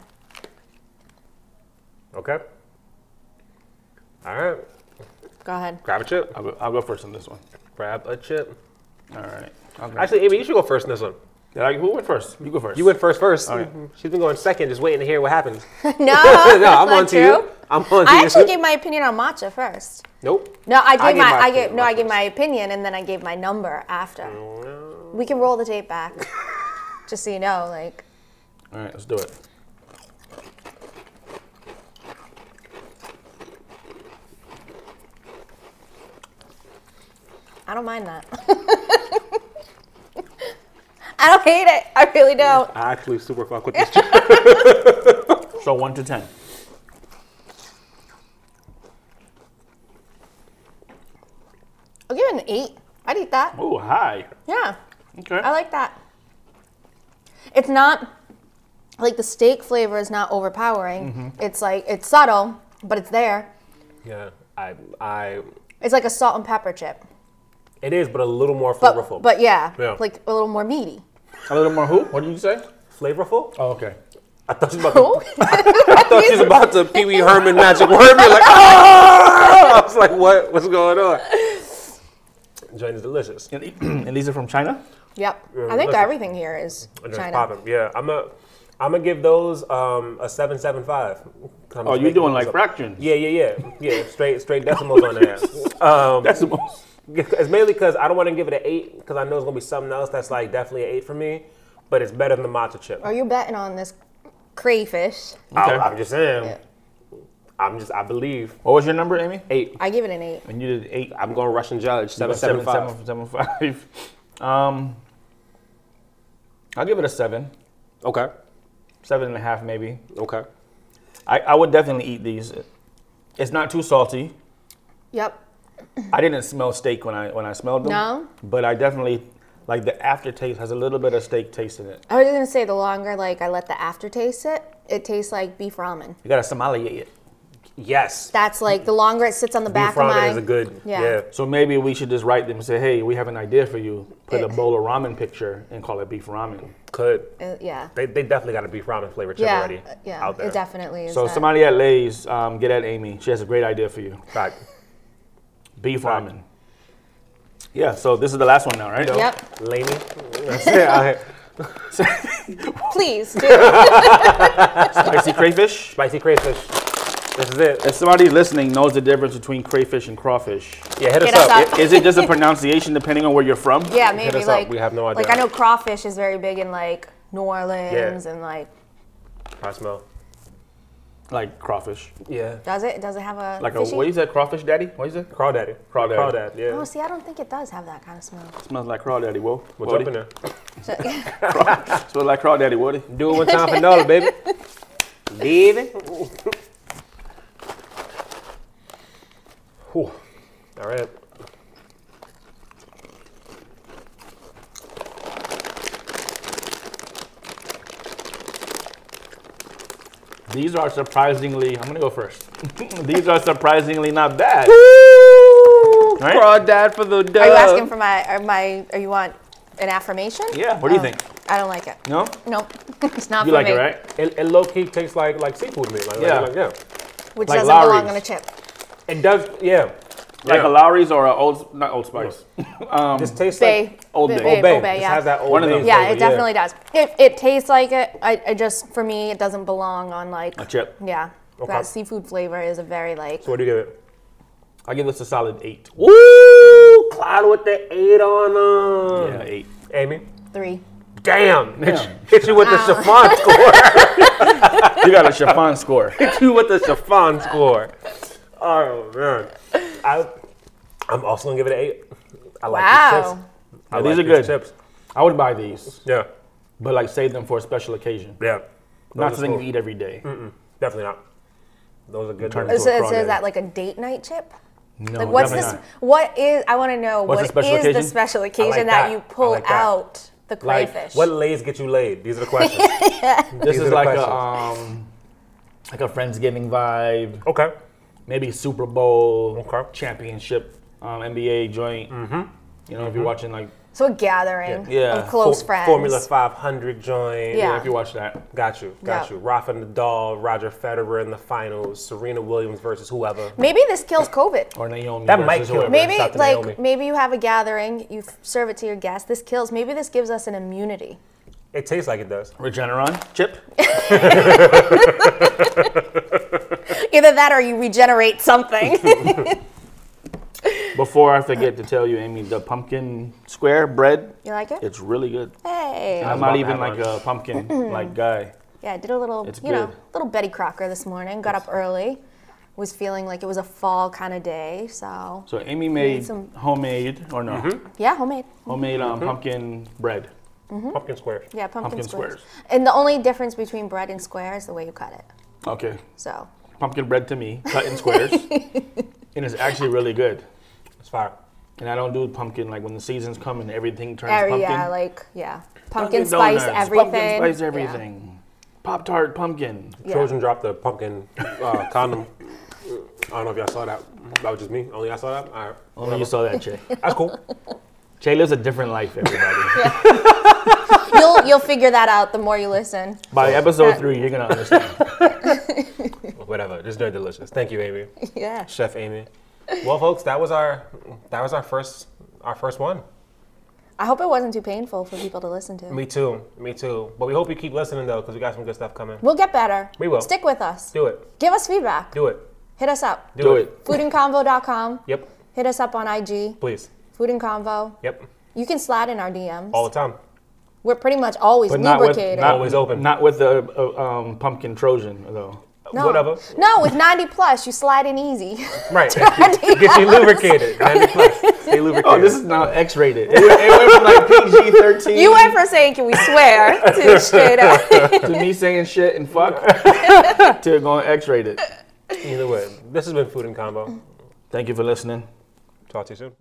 [SPEAKER 3] Okay. All right.
[SPEAKER 4] Go ahead.
[SPEAKER 3] Grab a chip.
[SPEAKER 2] I'll go, I'll go first on this one.
[SPEAKER 3] Grab a chip.
[SPEAKER 2] All right. Okay.
[SPEAKER 3] Actually, Amy, you should go first in this one.
[SPEAKER 2] Did I- who went first? You go first.
[SPEAKER 3] You went first, first. Mm-hmm.
[SPEAKER 2] right.
[SPEAKER 3] She's been going second, just waiting to hear what happens.
[SPEAKER 4] No,
[SPEAKER 3] no, I'm
[SPEAKER 4] not
[SPEAKER 3] on to
[SPEAKER 4] true.
[SPEAKER 3] you. I'm on to
[SPEAKER 4] I
[SPEAKER 3] you.
[SPEAKER 4] actually gave my opinion on matcha first.
[SPEAKER 3] nope.
[SPEAKER 4] No, I gave
[SPEAKER 3] I gave
[SPEAKER 4] my,
[SPEAKER 3] my
[SPEAKER 4] I gave
[SPEAKER 3] opinion
[SPEAKER 4] no,
[SPEAKER 3] on
[SPEAKER 4] I gave
[SPEAKER 3] matcha.
[SPEAKER 4] my opinion and then I gave my number after. We can roll the tape back, just so you know. Like,
[SPEAKER 2] All right. Let's do it.
[SPEAKER 4] I don't mind that. I don't hate it. I really don't.
[SPEAKER 3] I actually super fuck with this chip.
[SPEAKER 2] So one to ten.
[SPEAKER 4] I'll give it an eight. I'd eat that.
[SPEAKER 2] Oh hi.
[SPEAKER 4] Yeah.
[SPEAKER 2] Okay.
[SPEAKER 4] I like that. It's not like the steak flavor is not overpowering.
[SPEAKER 3] Mm-hmm.
[SPEAKER 4] It's like it's subtle, but it's there.
[SPEAKER 3] yeah, I, I,
[SPEAKER 4] It's like a salt and pepper chip,
[SPEAKER 3] it is, but a little more
[SPEAKER 4] but
[SPEAKER 3] flavorful.
[SPEAKER 4] but yeah,
[SPEAKER 3] Yeah.
[SPEAKER 4] like a little more meaty.
[SPEAKER 2] a little more who? What did you say?
[SPEAKER 3] flavorful?
[SPEAKER 2] Oh okay.
[SPEAKER 3] I thought she was about
[SPEAKER 4] Oh,
[SPEAKER 3] to, I thought she was about to Pee Wee Herman magic word me like, ah! I was like, what? What's going on? Joint is delicious.
[SPEAKER 2] And, and these are from China.
[SPEAKER 4] yep. I
[SPEAKER 3] listen.
[SPEAKER 4] think everything here is
[SPEAKER 3] Joint's
[SPEAKER 4] China.
[SPEAKER 3] popping. Yeah, I'm a. I'm gonna give those um, a seven seven five.
[SPEAKER 2] Oh, you're doing like fractions.
[SPEAKER 3] Yeah, yeah, yeah, yeah. Straight, straight decimals on there. Um,
[SPEAKER 2] That's the most.
[SPEAKER 3] It's mainly because I don't want to give it an eight because I know it's gonna be something else that's like definitely an eight for me, but it's better than the matcha chip.
[SPEAKER 4] Are you betting on this crayfish?
[SPEAKER 3] I,
[SPEAKER 2] Okay.
[SPEAKER 3] I'm just saying. I'm just. I believe
[SPEAKER 2] What was your number, Amy?
[SPEAKER 3] eight.
[SPEAKER 4] I give it an eight.
[SPEAKER 2] And you did eight.
[SPEAKER 3] I'm going Russian judge seven seven five.
[SPEAKER 2] seven, seven, five. Um, I'll give it a seven,
[SPEAKER 3] Okay.
[SPEAKER 2] seven and a half maybe.
[SPEAKER 3] Okay.
[SPEAKER 2] I, I would definitely eat these. It's not too salty.
[SPEAKER 4] Yep.
[SPEAKER 2] I didn't smell steak when I when I smelled them.
[SPEAKER 4] No?
[SPEAKER 2] But I definitely like the aftertaste has a little bit of steak taste in it.
[SPEAKER 4] I was gonna say the longer like I let the aftertaste sit, it tastes like beef ramen.
[SPEAKER 2] You gotta sommelier it.
[SPEAKER 3] Yes.
[SPEAKER 4] That's like the longer it sits on the back of
[SPEAKER 3] Beef ramen
[SPEAKER 4] my.
[SPEAKER 3] is a good.
[SPEAKER 4] Yeah.
[SPEAKER 3] Yeah.
[SPEAKER 2] So maybe we should just write them and say, hey, we have an idea for you. Put a
[SPEAKER 4] Yeah.
[SPEAKER 2] bowl of ramen picture and call it beef ramen.
[SPEAKER 3] Could.
[SPEAKER 4] uh, yeah.
[SPEAKER 3] They, they definitely got a beef ramen flavor chip
[SPEAKER 4] Yeah.
[SPEAKER 3] already
[SPEAKER 4] uh, Yeah.
[SPEAKER 3] out there.
[SPEAKER 4] It definitely is.
[SPEAKER 2] So
[SPEAKER 4] that.
[SPEAKER 2] somebody at Lay's, um, get at Amy. She has a great idea for you.
[SPEAKER 3] Fact.
[SPEAKER 2] Beef ramen. Yeah, so this is the last one now, right?
[SPEAKER 4] Yep.
[SPEAKER 3] Laney.
[SPEAKER 4] Please. Do.
[SPEAKER 2] Spicy crayfish.
[SPEAKER 3] Spicy crayfish. This is it.
[SPEAKER 2] If somebody listening knows the difference between crayfish and crawfish,
[SPEAKER 3] Yeah, hit
[SPEAKER 4] Get
[SPEAKER 3] us
[SPEAKER 4] us
[SPEAKER 3] up.
[SPEAKER 4] up.
[SPEAKER 2] is it just a pronunciation depending on where you're from?
[SPEAKER 4] yeah. Maybe
[SPEAKER 3] us up,
[SPEAKER 4] like.
[SPEAKER 3] we have no
[SPEAKER 4] Like I
[SPEAKER 3] idea.
[SPEAKER 4] know crawfish is very big in like New Orleans and like
[SPEAKER 3] Cosmo.
[SPEAKER 2] Like crawfish.
[SPEAKER 3] Yeah.
[SPEAKER 4] does it does it have a
[SPEAKER 2] Like a,
[SPEAKER 4] fishy?
[SPEAKER 2] what is that, crawfish daddy? What is it?
[SPEAKER 3] Crawdaddy.
[SPEAKER 2] Crawdaddy.
[SPEAKER 3] Crawdad. Yeah.
[SPEAKER 4] Oh, see, I don't think it does have that kind of smell.
[SPEAKER 2] Smells like crawdaddy, whoa.
[SPEAKER 3] What's
[SPEAKER 2] Woody.
[SPEAKER 3] up in there?
[SPEAKER 4] So,
[SPEAKER 2] Smells like crawdaddy, Woody.
[SPEAKER 3] Do it one time for Nola, baby. baby. Whew. All right.
[SPEAKER 2] These are surprisingly, I'm gonna go first. These are surprisingly not bad. Right?
[SPEAKER 5] Crawdad for the dub.
[SPEAKER 4] are you asking for my are my or you want an affirmation?
[SPEAKER 2] Yeah, what do you
[SPEAKER 4] Oh,
[SPEAKER 2] think?
[SPEAKER 4] I don't like it.
[SPEAKER 2] No?
[SPEAKER 4] Nope, it's not
[SPEAKER 2] You
[SPEAKER 4] for
[SPEAKER 2] like
[SPEAKER 4] me.
[SPEAKER 2] it, right?
[SPEAKER 3] It, it low key tastes like like seafood meat. Like,
[SPEAKER 2] Yeah.
[SPEAKER 3] Like, yeah.
[SPEAKER 4] Which
[SPEAKER 2] Like
[SPEAKER 4] doesn't belong
[SPEAKER 2] Lowry's.
[SPEAKER 4] on a chip.
[SPEAKER 3] It does. Yeah.
[SPEAKER 2] Like
[SPEAKER 3] Yeah.
[SPEAKER 2] a Lowry's or a Old, not Old Spice. um,
[SPEAKER 3] This tastes
[SPEAKER 4] Bay.
[SPEAKER 3] like
[SPEAKER 2] Old
[SPEAKER 4] Bay-
[SPEAKER 2] Bay.
[SPEAKER 4] Bay,
[SPEAKER 3] Old Bay.
[SPEAKER 4] Old Bay,
[SPEAKER 3] This
[SPEAKER 4] yeah.
[SPEAKER 3] has that old
[SPEAKER 2] One of
[SPEAKER 3] Bay
[SPEAKER 2] them.
[SPEAKER 4] yeah,
[SPEAKER 3] flavor,
[SPEAKER 4] it definitely does. It, it tastes like it. I, I just for me, it doesn't belong on like
[SPEAKER 2] A chip.
[SPEAKER 4] Yeah,
[SPEAKER 3] Okay.
[SPEAKER 4] that seafood flavor is a very like.
[SPEAKER 3] So what do you give it?
[SPEAKER 2] I give this a solid eight.
[SPEAKER 3] Woo! Cloud with the eight on
[SPEAKER 2] Yeah,
[SPEAKER 3] him.
[SPEAKER 2] eight.
[SPEAKER 3] Amy.
[SPEAKER 4] Three.
[SPEAKER 3] Damn. Hit you with the chiffon score.
[SPEAKER 2] You got a chiffon score.
[SPEAKER 3] Hit you with the chiffon score. Oh man. I, I'm also gonna give it an eight. I like these
[SPEAKER 4] Wow.
[SPEAKER 3] chips. I
[SPEAKER 2] these
[SPEAKER 3] like
[SPEAKER 2] are good.
[SPEAKER 3] chips.
[SPEAKER 2] I would buy these,
[SPEAKER 3] Yeah.
[SPEAKER 2] but like save them for a special occasion.
[SPEAKER 3] Yeah.
[SPEAKER 2] Not
[SPEAKER 3] Those are
[SPEAKER 2] something
[SPEAKER 3] cool.
[SPEAKER 2] you eat every day.
[SPEAKER 3] Definitely not. Those are good.
[SPEAKER 2] Turn
[SPEAKER 3] ones.
[SPEAKER 2] it
[SPEAKER 4] So,
[SPEAKER 2] a
[SPEAKER 4] so
[SPEAKER 2] crawdaddy.
[SPEAKER 4] is that like a date night chip?
[SPEAKER 2] No,
[SPEAKER 4] Like what's this?
[SPEAKER 2] definitely
[SPEAKER 4] What is? I want to know
[SPEAKER 2] What's the
[SPEAKER 4] what
[SPEAKER 2] special
[SPEAKER 4] is the
[SPEAKER 2] occasion?
[SPEAKER 4] special occasion that.
[SPEAKER 3] that.
[SPEAKER 4] you
[SPEAKER 3] I
[SPEAKER 4] pull
[SPEAKER 3] like that.
[SPEAKER 4] out the
[SPEAKER 3] Like,
[SPEAKER 4] crayfish?
[SPEAKER 3] what lays get you laid? These are the questions.
[SPEAKER 2] not. This
[SPEAKER 3] These
[SPEAKER 2] is
[SPEAKER 3] are the
[SPEAKER 2] like a
[SPEAKER 3] questions.
[SPEAKER 2] um, like a friendsgiving vibe.
[SPEAKER 3] okay.
[SPEAKER 2] Maybe Super Bowl
[SPEAKER 3] Okay.
[SPEAKER 2] championship um, NBA joint. You know, if you're watching like
[SPEAKER 4] so a gathering
[SPEAKER 2] Yeah.
[SPEAKER 4] of close
[SPEAKER 3] Fo-
[SPEAKER 4] friends.
[SPEAKER 3] Formula 500 joint.
[SPEAKER 4] Yeah.
[SPEAKER 2] if you watch that,
[SPEAKER 3] Got you. Got
[SPEAKER 4] Yeah.
[SPEAKER 3] you. Rafa Nadal, Roger Federer in the finals, Serena Williams versus whoever.
[SPEAKER 4] Maybe this kills COVID.
[SPEAKER 2] or Naomi.
[SPEAKER 3] That might
[SPEAKER 2] versus
[SPEAKER 3] kill
[SPEAKER 2] whoever.
[SPEAKER 3] me.
[SPEAKER 4] Maybe
[SPEAKER 3] Shout out to
[SPEAKER 4] like
[SPEAKER 3] Naomi.
[SPEAKER 4] maybe you have a gathering, you f- serve it to your guests. This kills. Maybe this gives us an immunity.
[SPEAKER 3] It tastes like it does.
[SPEAKER 2] Regeneron chip.
[SPEAKER 4] Either that or you regenerate something.
[SPEAKER 2] Before I forget to tell you, Amy, the pumpkin square bread.
[SPEAKER 4] you like it?
[SPEAKER 2] It's really good.
[SPEAKER 4] Hey.
[SPEAKER 2] I'm
[SPEAKER 3] about
[SPEAKER 2] not
[SPEAKER 3] to
[SPEAKER 2] even
[SPEAKER 3] have
[SPEAKER 2] like
[SPEAKER 3] lunch.
[SPEAKER 2] a pumpkin like guy.
[SPEAKER 4] Yeah, I did a little,
[SPEAKER 2] It's
[SPEAKER 4] you know,
[SPEAKER 2] good.
[SPEAKER 4] little Betty Crocker this morning. Got up early. Was feeling like it was a fall kind of day, so
[SPEAKER 2] So Amy made
[SPEAKER 4] some-
[SPEAKER 2] homemade or no
[SPEAKER 4] yeah, homemade.
[SPEAKER 2] homemade um, pumpkin bread.
[SPEAKER 4] Mm-hmm.
[SPEAKER 3] Pumpkin squares.
[SPEAKER 4] Yeah, pumpkin,
[SPEAKER 2] Pumpkin
[SPEAKER 4] squares.
[SPEAKER 2] squares.
[SPEAKER 4] And the only difference between bread and square is the way you cut it.
[SPEAKER 2] Okay,
[SPEAKER 4] So
[SPEAKER 2] pumpkin bread to me, cut in squares, and it's actually really good.
[SPEAKER 3] It's fire.
[SPEAKER 2] And I don't do pumpkin like when the seasons come and everything turns
[SPEAKER 4] area,
[SPEAKER 2] pumpkin.
[SPEAKER 4] like yeah, pumpkin,
[SPEAKER 2] Dunkin'
[SPEAKER 4] spice
[SPEAKER 2] Donuts,
[SPEAKER 4] everything.
[SPEAKER 2] Pumpkin spice
[SPEAKER 4] Yeah.
[SPEAKER 2] everything. Pop tart pumpkin.
[SPEAKER 4] Yeah.
[SPEAKER 3] Trojan dropped the pumpkin uh, condom. I don't know if y'all saw that. That was just me. Only I saw that. All right.
[SPEAKER 2] Only you saw that, Che.
[SPEAKER 3] That's cool.
[SPEAKER 2] Che lives a different life, everybody.
[SPEAKER 4] You'll you'll figure that out the more you listen.
[SPEAKER 2] By episode three, you're gonna understand.
[SPEAKER 3] Whatever. Just very delicious. Thank you, Amy.
[SPEAKER 4] Yeah.
[SPEAKER 3] Chef Amy. Well, folks, that was our that was our first our first one.
[SPEAKER 4] I hope it wasn't too painful for people to listen to.
[SPEAKER 3] Me too. Me too. But we hope you keep listening though, because we got some good stuff coming.
[SPEAKER 4] We'll get better.
[SPEAKER 3] We will.
[SPEAKER 4] Stick with us.
[SPEAKER 3] Do it.
[SPEAKER 4] Give us feedback.
[SPEAKER 3] Do it.
[SPEAKER 4] Hit us up.
[SPEAKER 3] Do,
[SPEAKER 2] Do
[SPEAKER 3] it.
[SPEAKER 2] it.
[SPEAKER 4] Foodandconvo.com.
[SPEAKER 3] Yep.
[SPEAKER 4] Hit us up on IG.
[SPEAKER 3] Please.
[SPEAKER 4] Food and Convo.
[SPEAKER 3] Yep.
[SPEAKER 4] You can slide in our DMs.
[SPEAKER 3] All the time.
[SPEAKER 4] We're pretty much always
[SPEAKER 2] But not with
[SPEAKER 4] lubricated.
[SPEAKER 2] not,
[SPEAKER 3] Always open.
[SPEAKER 2] Not with the uh, um, pumpkin Trojan though.
[SPEAKER 4] no.
[SPEAKER 3] Whatever.
[SPEAKER 4] No, with 90 plus, you slide in easy.
[SPEAKER 3] Right. Get you lubricated. That'd be fun. Stay lubricated.
[SPEAKER 2] Oh, this is now X-rated. It, went- it went from like PG thirteen
[SPEAKER 4] you went from saying, can we swear, to straight up.
[SPEAKER 2] to me saying shit and fuck to going X-rated.
[SPEAKER 3] either way. This has been Food and Combo.
[SPEAKER 2] Thank you for listening.
[SPEAKER 3] Talk to you soon.